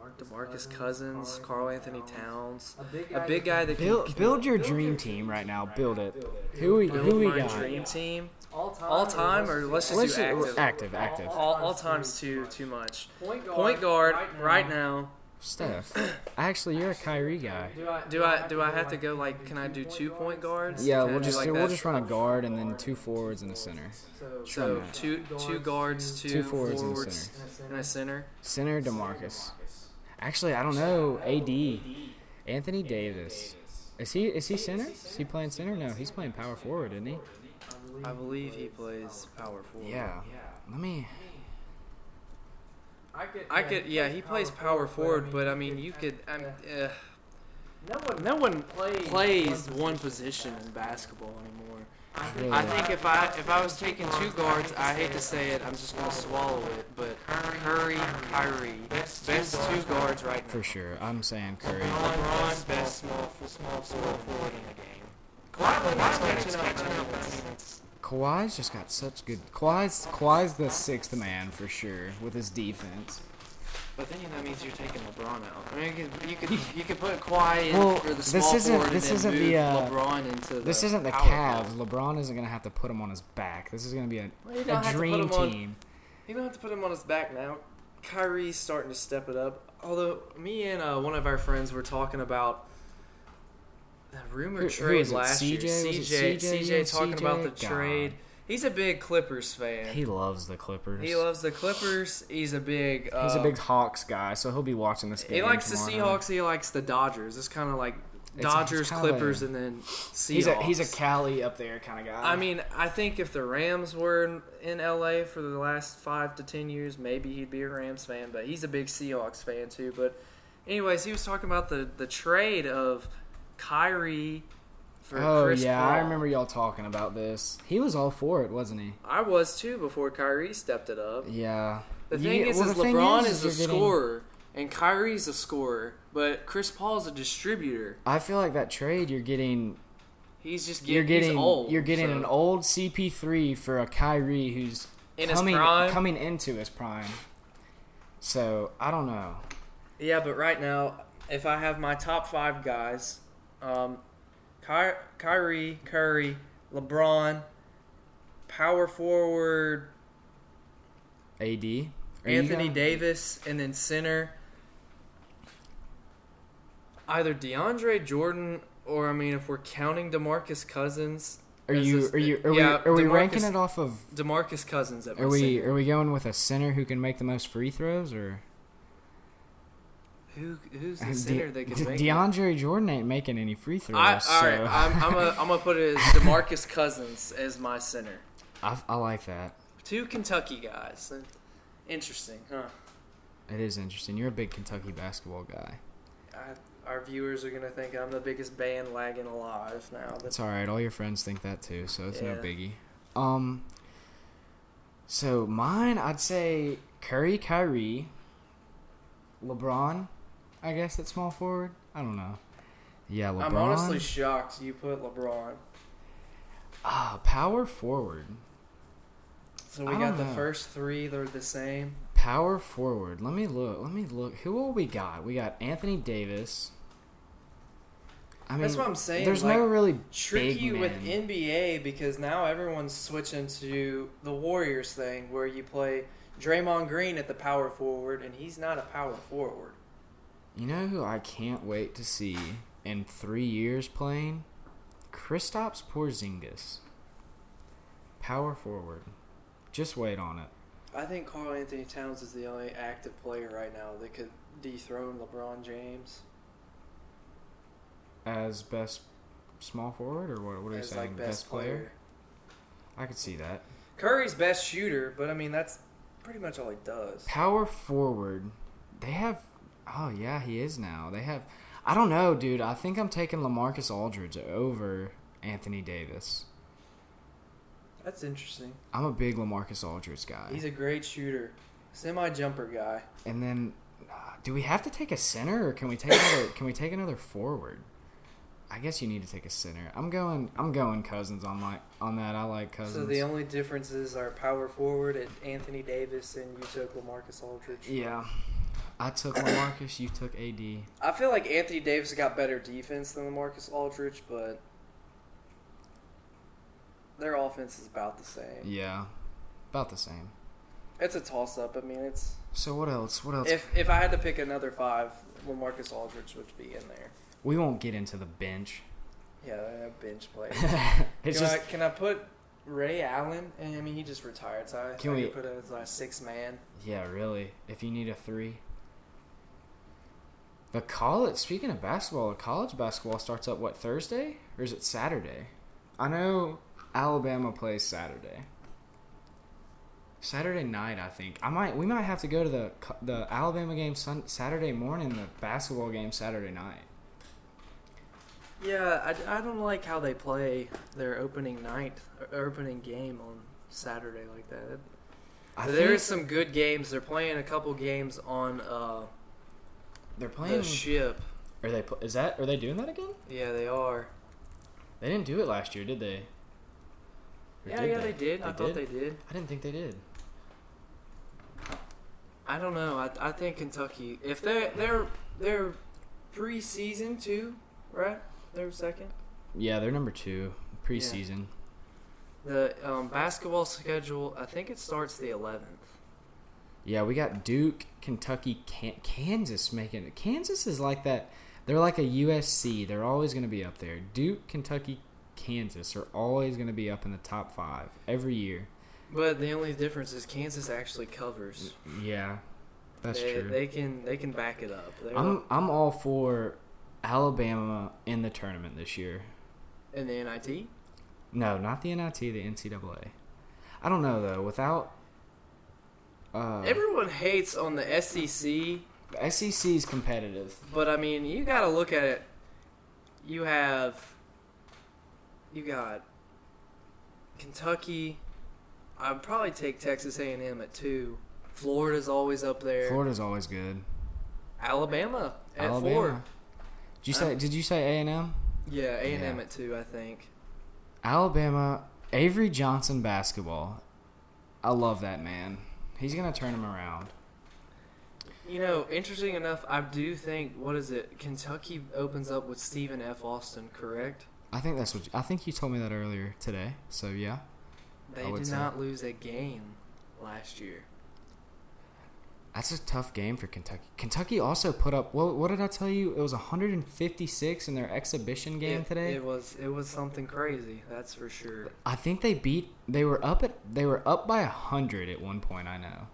Speaker 3: like
Speaker 2: DeMarcus Cousins, Carl Anthony Towns,
Speaker 3: a big
Speaker 2: a big guy that can
Speaker 1: Build build your dream team right now. Build it. Who we who
Speaker 2: build
Speaker 1: we
Speaker 2: my
Speaker 1: got?
Speaker 2: dream team.
Speaker 3: all time,
Speaker 2: All time, or let's just
Speaker 1: Let's
Speaker 2: do
Speaker 1: just, active
Speaker 2: active.
Speaker 1: active.
Speaker 2: All, all times too too much.
Speaker 3: point guard.
Speaker 2: Point guard right now.
Speaker 1: Steph, actually, you're a Kyrie guy.
Speaker 3: Do I
Speaker 2: Do I do I have to go like? Can I do two point guards?
Speaker 1: Yeah,
Speaker 2: Can I
Speaker 1: we'll
Speaker 2: do
Speaker 1: just
Speaker 2: like
Speaker 1: we'll
Speaker 2: that?
Speaker 1: just run a guard and then two forwards and a center.
Speaker 3: So,
Speaker 2: So
Speaker 1: Sure.
Speaker 2: two two guards, two,
Speaker 1: Two forwards
Speaker 2: forwards,
Speaker 1: and a
Speaker 3: in a
Speaker 2: and a
Speaker 3: sense,
Speaker 2: center.
Speaker 1: Center Demarcus. Actually, I don't know. AD, Anthony Davis. Is he is he center? Is he playing center? No, he's playing power forward, isn't he?
Speaker 2: I believe he plays power forward.
Speaker 1: Yeah. Let me.
Speaker 3: I could.
Speaker 2: I could. Yeah, he plays power forward, but I mean, you could. I mean, uh, no one plays one position in basketball anymore.
Speaker 1: Really,
Speaker 2: I think if I if I was taking two guards, I hate to say it, I'm just gonna swallow it. But Curry, Kyrie, best two guards right now.
Speaker 1: for sure. I'm saying Curry.
Speaker 2: LeBron, best small small small forward in the game. Kawhi Leonard's catching up defense.
Speaker 1: Kawhi's just got such good. Kawhi's Kawhi's the sixth man for sure with his defense.
Speaker 2: But then that means you're taking LeBron out. I mean, you could you could, you could put Kawhi in
Speaker 1: Well,
Speaker 2: for the
Speaker 1: this
Speaker 2: small
Speaker 1: isn't-
Speaker 2: forward
Speaker 1: this
Speaker 2: and
Speaker 1: isn't
Speaker 2: then
Speaker 1: the,
Speaker 2: move
Speaker 1: uh,
Speaker 2: LeBron into the
Speaker 1: This isn't the
Speaker 2: power
Speaker 1: Cavs.
Speaker 2: forward.
Speaker 1: LeBron isn't gonna have to put him on his back. This is gonna be a,
Speaker 2: Well, you don't
Speaker 1: a
Speaker 2: have to put
Speaker 1: dream
Speaker 2: him on-
Speaker 1: team.
Speaker 2: You don't have to put him on his back now. Kyrie's starting to step it up. Although me and uh, one of our friends were talking about the
Speaker 1: Who-
Speaker 2: rumored
Speaker 1: who
Speaker 2: trade
Speaker 1: is it?
Speaker 2: last year.
Speaker 1: CJ? Was
Speaker 2: CJ,
Speaker 1: it
Speaker 2: CJ,
Speaker 1: CJ?
Speaker 2: talking about the
Speaker 1: God.
Speaker 2: trade. He's a big Clippers fan.
Speaker 1: He loves the Clippers.
Speaker 2: He loves the Clippers. He's a big. Uh,
Speaker 1: He's a big Hawks guy, so he'll be watching this game.
Speaker 2: He likes the
Speaker 1: tomorrow.
Speaker 2: Seahawks. He likes the Dodgers. It's kind of like
Speaker 1: It's- it's
Speaker 2: Dodgers,
Speaker 1: kinda-
Speaker 2: Clippers, and then Seahawks.
Speaker 1: He's a he's a Cali up there kind of guy.
Speaker 2: I mean, I think if the Rams were in, in LA for the last five to ten years, maybe he'd be a Rams fan. But he's a big Seahawks fan too. But, anyways, he was talking about the the trade of Kyrie for
Speaker 1: oh
Speaker 2: Chris
Speaker 1: yeah, I
Speaker 2: Paul.
Speaker 1: remember y'all talking about this. He was all for it, wasn't he?
Speaker 2: I was too before Kyrie stepped it up.
Speaker 1: Yeah.
Speaker 2: The
Speaker 1: You
Speaker 2: thing
Speaker 1: get-
Speaker 2: is,
Speaker 1: well,
Speaker 2: is
Speaker 1: the thing
Speaker 2: LeBron
Speaker 1: is,
Speaker 2: is,
Speaker 1: is
Speaker 2: a
Speaker 1: you're getting-
Speaker 2: scorer and Kyrie's a scorer, but Chris Paul's a distributor.
Speaker 1: I feel like that trade you're getting
Speaker 2: He's just getting,
Speaker 1: you're getting
Speaker 2: he's old.
Speaker 1: you're getting
Speaker 2: so-
Speaker 1: an old CP3 for a Kyrie who's
Speaker 2: in his
Speaker 1: coming
Speaker 2: prime.
Speaker 1: coming into his prime. So I don't know.
Speaker 2: Yeah, but right now, if I have my top five guys, um, Ky- Kyrie, Curry, LeBron, power forward
Speaker 1: AD. Are you
Speaker 2: Anthony
Speaker 1: guys-
Speaker 2: Davis, and then center either DeAndre Jordan or I mean, if we're counting DeMarcus Cousins,
Speaker 1: Are
Speaker 2: as
Speaker 1: you
Speaker 2: this-
Speaker 1: are you are
Speaker 2: yeah,
Speaker 1: we are we ranking
Speaker 2: DeMarcus
Speaker 1: it off of
Speaker 2: DeMarcus Cousins at my
Speaker 1: are we er
Speaker 2: center.
Speaker 1: are we going with a center who can make the most free throws or
Speaker 2: Who, who's
Speaker 1: De-
Speaker 2: the center that
Speaker 1: De-
Speaker 2: can make it?
Speaker 1: DeAndre Jordan ain't making any free throws.
Speaker 2: I,
Speaker 1: so.
Speaker 2: all right, I'm, I'm gonna I'm gonna put it as DeMarcus Cousins as my center.
Speaker 1: I, I like that.
Speaker 2: Two Kentucky guys. Interesting, huh?
Speaker 1: It is interesting. You're a big Kentucky basketball guy.
Speaker 2: I, our viewers are gonna think I'm the biggest bandwagon alive now. That's
Speaker 1: It's all right. All your friends think that too, so it's no
Speaker 2: Yeah.
Speaker 1: biggie. Um. So mine, I'd say Curry, Kyrie, LeBron. I guess at small forward. I don't know. Yeah, LeBron.
Speaker 2: I'm honestly shocked you put LeBron.
Speaker 1: ah, power forward.
Speaker 2: So
Speaker 1: I
Speaker 2: we
Speaker 1: don't
Speaker 2: got the
Speaker 1: know.
Speaker 2: first three; they're the same.
Speaker 1: Power forward. Let me look. Let me look. Who all we got? We got Anthony Davis. I mean,
Speaker 2: That's what I'm saying.
Speaker 1: there's
Speaker 2: like,
Speaker 1: no really
Speaker 2: tricky
Speaker 1: big
Speaker 2: with
Speaker 1: men.
Speaker 2: NBA because now everyone's switching to the Warriors thing, where you play Draymond Green at the power forward, and he's not a power forward.
Speaker 1: You know who I can't wait to see in three years playing? Kristaps Porzingis. Power forward. Just wait on it.
Speaker 2: I think Carl Anthony Towns is the only active player right now that could dethrone LeBron James.
Speaker 1: As best small forward or what? What are you
Speaker 2: as
Speaker 1: saying?
Speaker 2: like best, player.
Speaker 1: I could see that.
Speaker 2: Curry's best shooter, but I mean that's pretty much all he does.
Speaker 1: Power forward. They have. Oh yeah, he is now. They have. I don't know, dude. I think I'm taking Lamarcus Aldridge over Anthony Davis.
Speaker 2: That's interesting.
Speaker 1: I'm a big Lamarcus Aldridge guy.
Speaker 2: He's a great shooter, semi jumper guy.
Speaker 1: And then, uh, do we have to take a center, or can we take another? Can we take another forward? I guess you need to take a center. I'm going. I'm going Cousins on my on that. I like Cousins.
Speaker 2: So the only differences are power forward at Anthony Davis and you took Lamarcus Aldridge.
Speaker 1: yeah, I took Lamarcus. you took AD.
Speaker 2: I feel like Anthony Davis got better defense than Lamarcus Aldridge, but their offense is about the same.
Speaker 1: Yeah, about the same.
Speaker 2: It's a toss up. I mean, it's
Speaker 1: So what else? What else?
Speaker 2: if if I had to pick another five, Lamarcus Aldridge would be in there.
Speaker 1: we won't get into the bench.
Speaker 2: Yeah, they're a bench player.
Speaker 1: it's
Speaker 2: can,
Speaker 1: just
Speaker 2: I, can I put Ray Allen? And I mean, he just retired, so I
Speaker 1: Can
Speaker 2: I
Speaker 1: we-
Speaker 2: could put it as like six man.
Speaker 1: yeah, really. If you need a three. The college. Speaking of basketball, the college basketball starts up what Thursday or is it Saturday? I know Alabama plays Saturday. Saturday night, I think. I might. We might have to go to the co- the Alabama game sun, Saturday morning. The basketball game Saturday night.
Speaker 2: Yeah, I, I don't like how they play their opening night, or opening game on Saturday like that.
Speaker 1: I
Speaker 2: there
Speaker 1: think
Speaker 2: is some good games. They're playing a couple games on uh,
Speaker 1: they're
Speaker 2: the
Speaker 1: playing.
Speaker 2: ship.
Speaker 1: are they? pl- Is that? Are they doing that again?
Speaker 2: Yeah, they are.
Speaker 1: They didn't do it last year, did they? Or
Speaker 2: Yeah, yeah, they, did.
Speaker 1: They
Speaker 2: I thought they did.
Speaker 1: I didn't think they did.
Speaker 2: I don't know. I, I think Kentucky, if they're they're they're preseason too, right? They're second.
Speaker 1: Yeah, they're number two preseason.
Speaker 2: The um, basketball schedule, I think it starts the 11th.
Speaker 1: Yeah, we got Duke, Kentucky, Can- Kansas making it. Kansas is like that. They're like a USC. They're always going to be up there. Duke, Kentucky, Kansas are always going to be up in the top five every year.
Speaker 2: But the only difference is Kansas actually covers.
Speaker 1: Yeah, that's
Speaker 2: they,
Speaker 1: true.
Speaker 2: They can they can back it up. They're,
Speaker 1: I'm I'm all for Alabama in the tournament this year.
Speaker 2: And the NIT?
Speaker 1: No, not the NIT, the NCAA. I don't know though. Without uh,
Speaker 2: Everyone hates on the SEC,
Speaker 1: the SEC is competitive.
Speaker 2: but I mean, you got to look at it. You have. You got Kentucky. I'd probably take Texas A&M at two. Florida's always up there.
Speaker 1: Florida's always good.
Speaker 2: Alabama at
Speaker 1: Alabama.
Speaker 2: four. Uh,
Speaker 1: Did you say? Did you say A and M?
Speaker 2: Yeah, A&M
Speaker 1: Yeah.
Speaker 2: at two, I think.
Speaker 1: Alabama. Avery Johnson basketball. I love that man. He's gonna turn him around.
Speaker 2: You know, interesting enough, I do think what is it? Kentucky opens up with Stephen F. Austin, correct?
Speaker 1: I think that's what I think you told me that earlier today. So yeah,
Speaker 2: They
Speaker 1: I would
Speaker 2: did
Speaker 1: say.
Speaker 2: not lose a game last year.
Speaker 1: that's a tough game for Kentucky. Kentucky also put up. What, what did I tell you? It was 156 in their exhibition game
Speaker 2: It-
Speaker 1: today.
Speaker 2: It was it was something crazy, that's for sure.
Speaker 1: I think they beat. They were up at. They were up by 100 at one point. I know.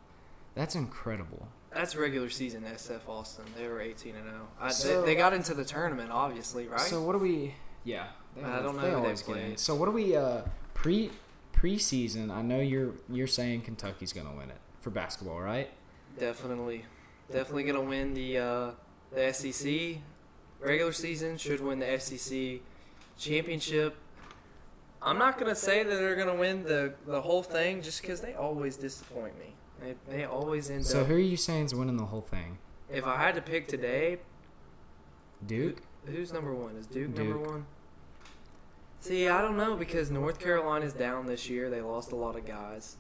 Speaker 1: That's incredible.
Speaker 2: That's regular season SF Austin. They were 18 and 0. I,
Speaker 1: So-
Speaker 2: they, they got into the tournament obviously, right?
Speaker 1: So what do we? Yeah,
Speaker 2: I don't know who they
Speaker 1: get in.
Speaker 2: played.
Speaker 1: So what do we? Uh, pre preseason. I know you're you're saying Kentucky's gonna win it for basketball, right?
Speaker 2: definitely definitely going to win the uh, the SEC. Regular season should win the SEC championship. I'm not going to say that they're going to win the, the whole thing just cuz they always disappoint me. They, they always end
Speaker 1: So
Speaker 2: up
Speaker 1: who are you saying's winning the whole thing?
Speaker 2: If I had to pick today,
Speaker 1: Duke.
Speaker 2: Who's number one? Is Duke, number
Speaker 1: Duke.
Speaker 2: one? See, I don't know because North Carolina's down this year. They lost a lot of guys.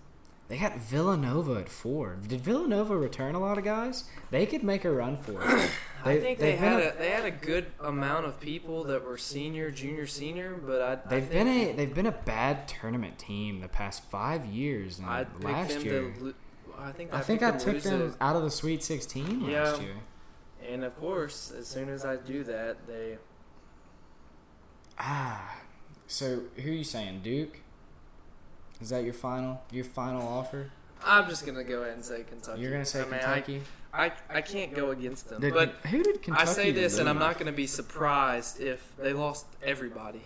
Speaker 1: They got Villanova at four. Did Villanova return a lot of guys? They could make a run for it.
Speaker 2: I think they
Speaker 1: they've been
Speaker 2: had
Speaker 1: a-
Speaker 2: a, they had a good amount of people that were senior, junior, senior, but I I
Speaker 1: They've
Speaker 2: think
Speaker 1: been a they've been a bad tournament team the past five years and
Speaker 2: I picked
Speaker 1: Mm, last
Speaker 2: them
Speaker 1: year.
Speaker 2: to. Lo- I think I,
Speaker 1: I think I
Speaker 2: picked
Speaker 1: took
Speaker 2: lose to-
Speaker 1: them out of the Sweet 16 last
Speaker 2: Yeah.
Speaker 1: year.
Speaker 2: and of course, as soon as I do that, they
Speaker 1: Ah, so who are you saying, Duke? Is that your final your final offer?
Speaker 2: I'm just gonna go ahead and say Kentucky.
Speaker 1: You're gonna say
Speaker 2: I mean, I-
Speaker 1: Kentucky?
Speaker 2: I, I, can't go against them,
Speaker 1: Did-
Speaker 2: but
Speaker 1: who did Kentucky?
Speaker 2: I say this, and I'm
Speaker 1: lose?
Speaker 2: not going to be surprised if they lost everybody.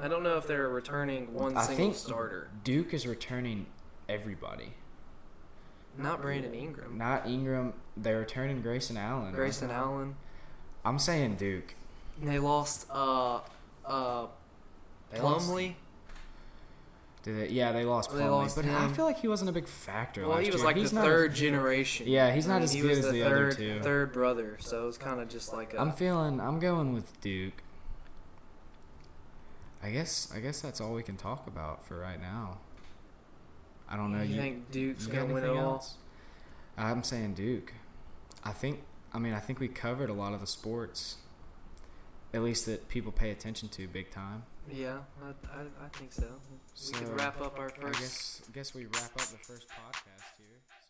Speaker 2: I don't know if they're returning one
Speaker 1: I
Speaker 2: single
Speaker 1: think-
Speaker 2: starter.
Speaker 1: Duke is returning everybody.
Speaker 2: Not Brandon Ingram,
Speaker 1: Not Ingram. They're returning Grayson Allen.
Speaker 2: Grayson Allen.
Speaker 1: I'm saying Duke.
Speaker 2: And they lost uh uh
Speaker 1: They Lost,
Speaker 2: Plumlee.
Speaker 1: did they, yeah, they lost
Speaker 2: They
Speaker 1: Plumlee,
Speaker 2: lost
Speaker 1: but I
Speaker 2: him.
Speaker 1: feel like he wasn't a big factor.
Speaker 2: Well,
Speaker 1: last
Speaker 2: he was
Speaker 1: year.
Speaker 2: like
Speaker 1: He's
Speaker 2: the
Speaker 1: not-
Speaker 2: third generation.
Speaker 1: Yeah, he's
Speaker 2: I
Speaker 1: not
Speaker 2: mean,
Speaker 1: as
Speaker 2: he
Speaker 1: good
Speaker 2: was
Speaker 1: as
Speaker 2: the,
Speaker 1: the other
Speaker 2: third
Speaker 1: two.
Speaker 2: third brother, so it was kind of just like a.
Speaker 1: I'm feeling. I'm going with Duke. I guess. I guess that's all we can talk about for right now. I don't know.
Speaker 2: you,
Speaker 1: You,
Speaker 2: think Duke's
Speaker 1: you got
Speaker 2: gonna win it
Speaker 1: anything
Speaker 2: all?
Speaker 1: else? I'm saying Duke. I think. I mean, I think we covered a lot of the sports, at least that people pay attention to big time.
Speaker 2: Yeah, I, I, I think so.
Speaker 1: So
Speaker 2: we could wrap up our
Speaker 1: I
Speaker 2: first.
Speaker 1: guess. I guess we wrap up the first podcast here.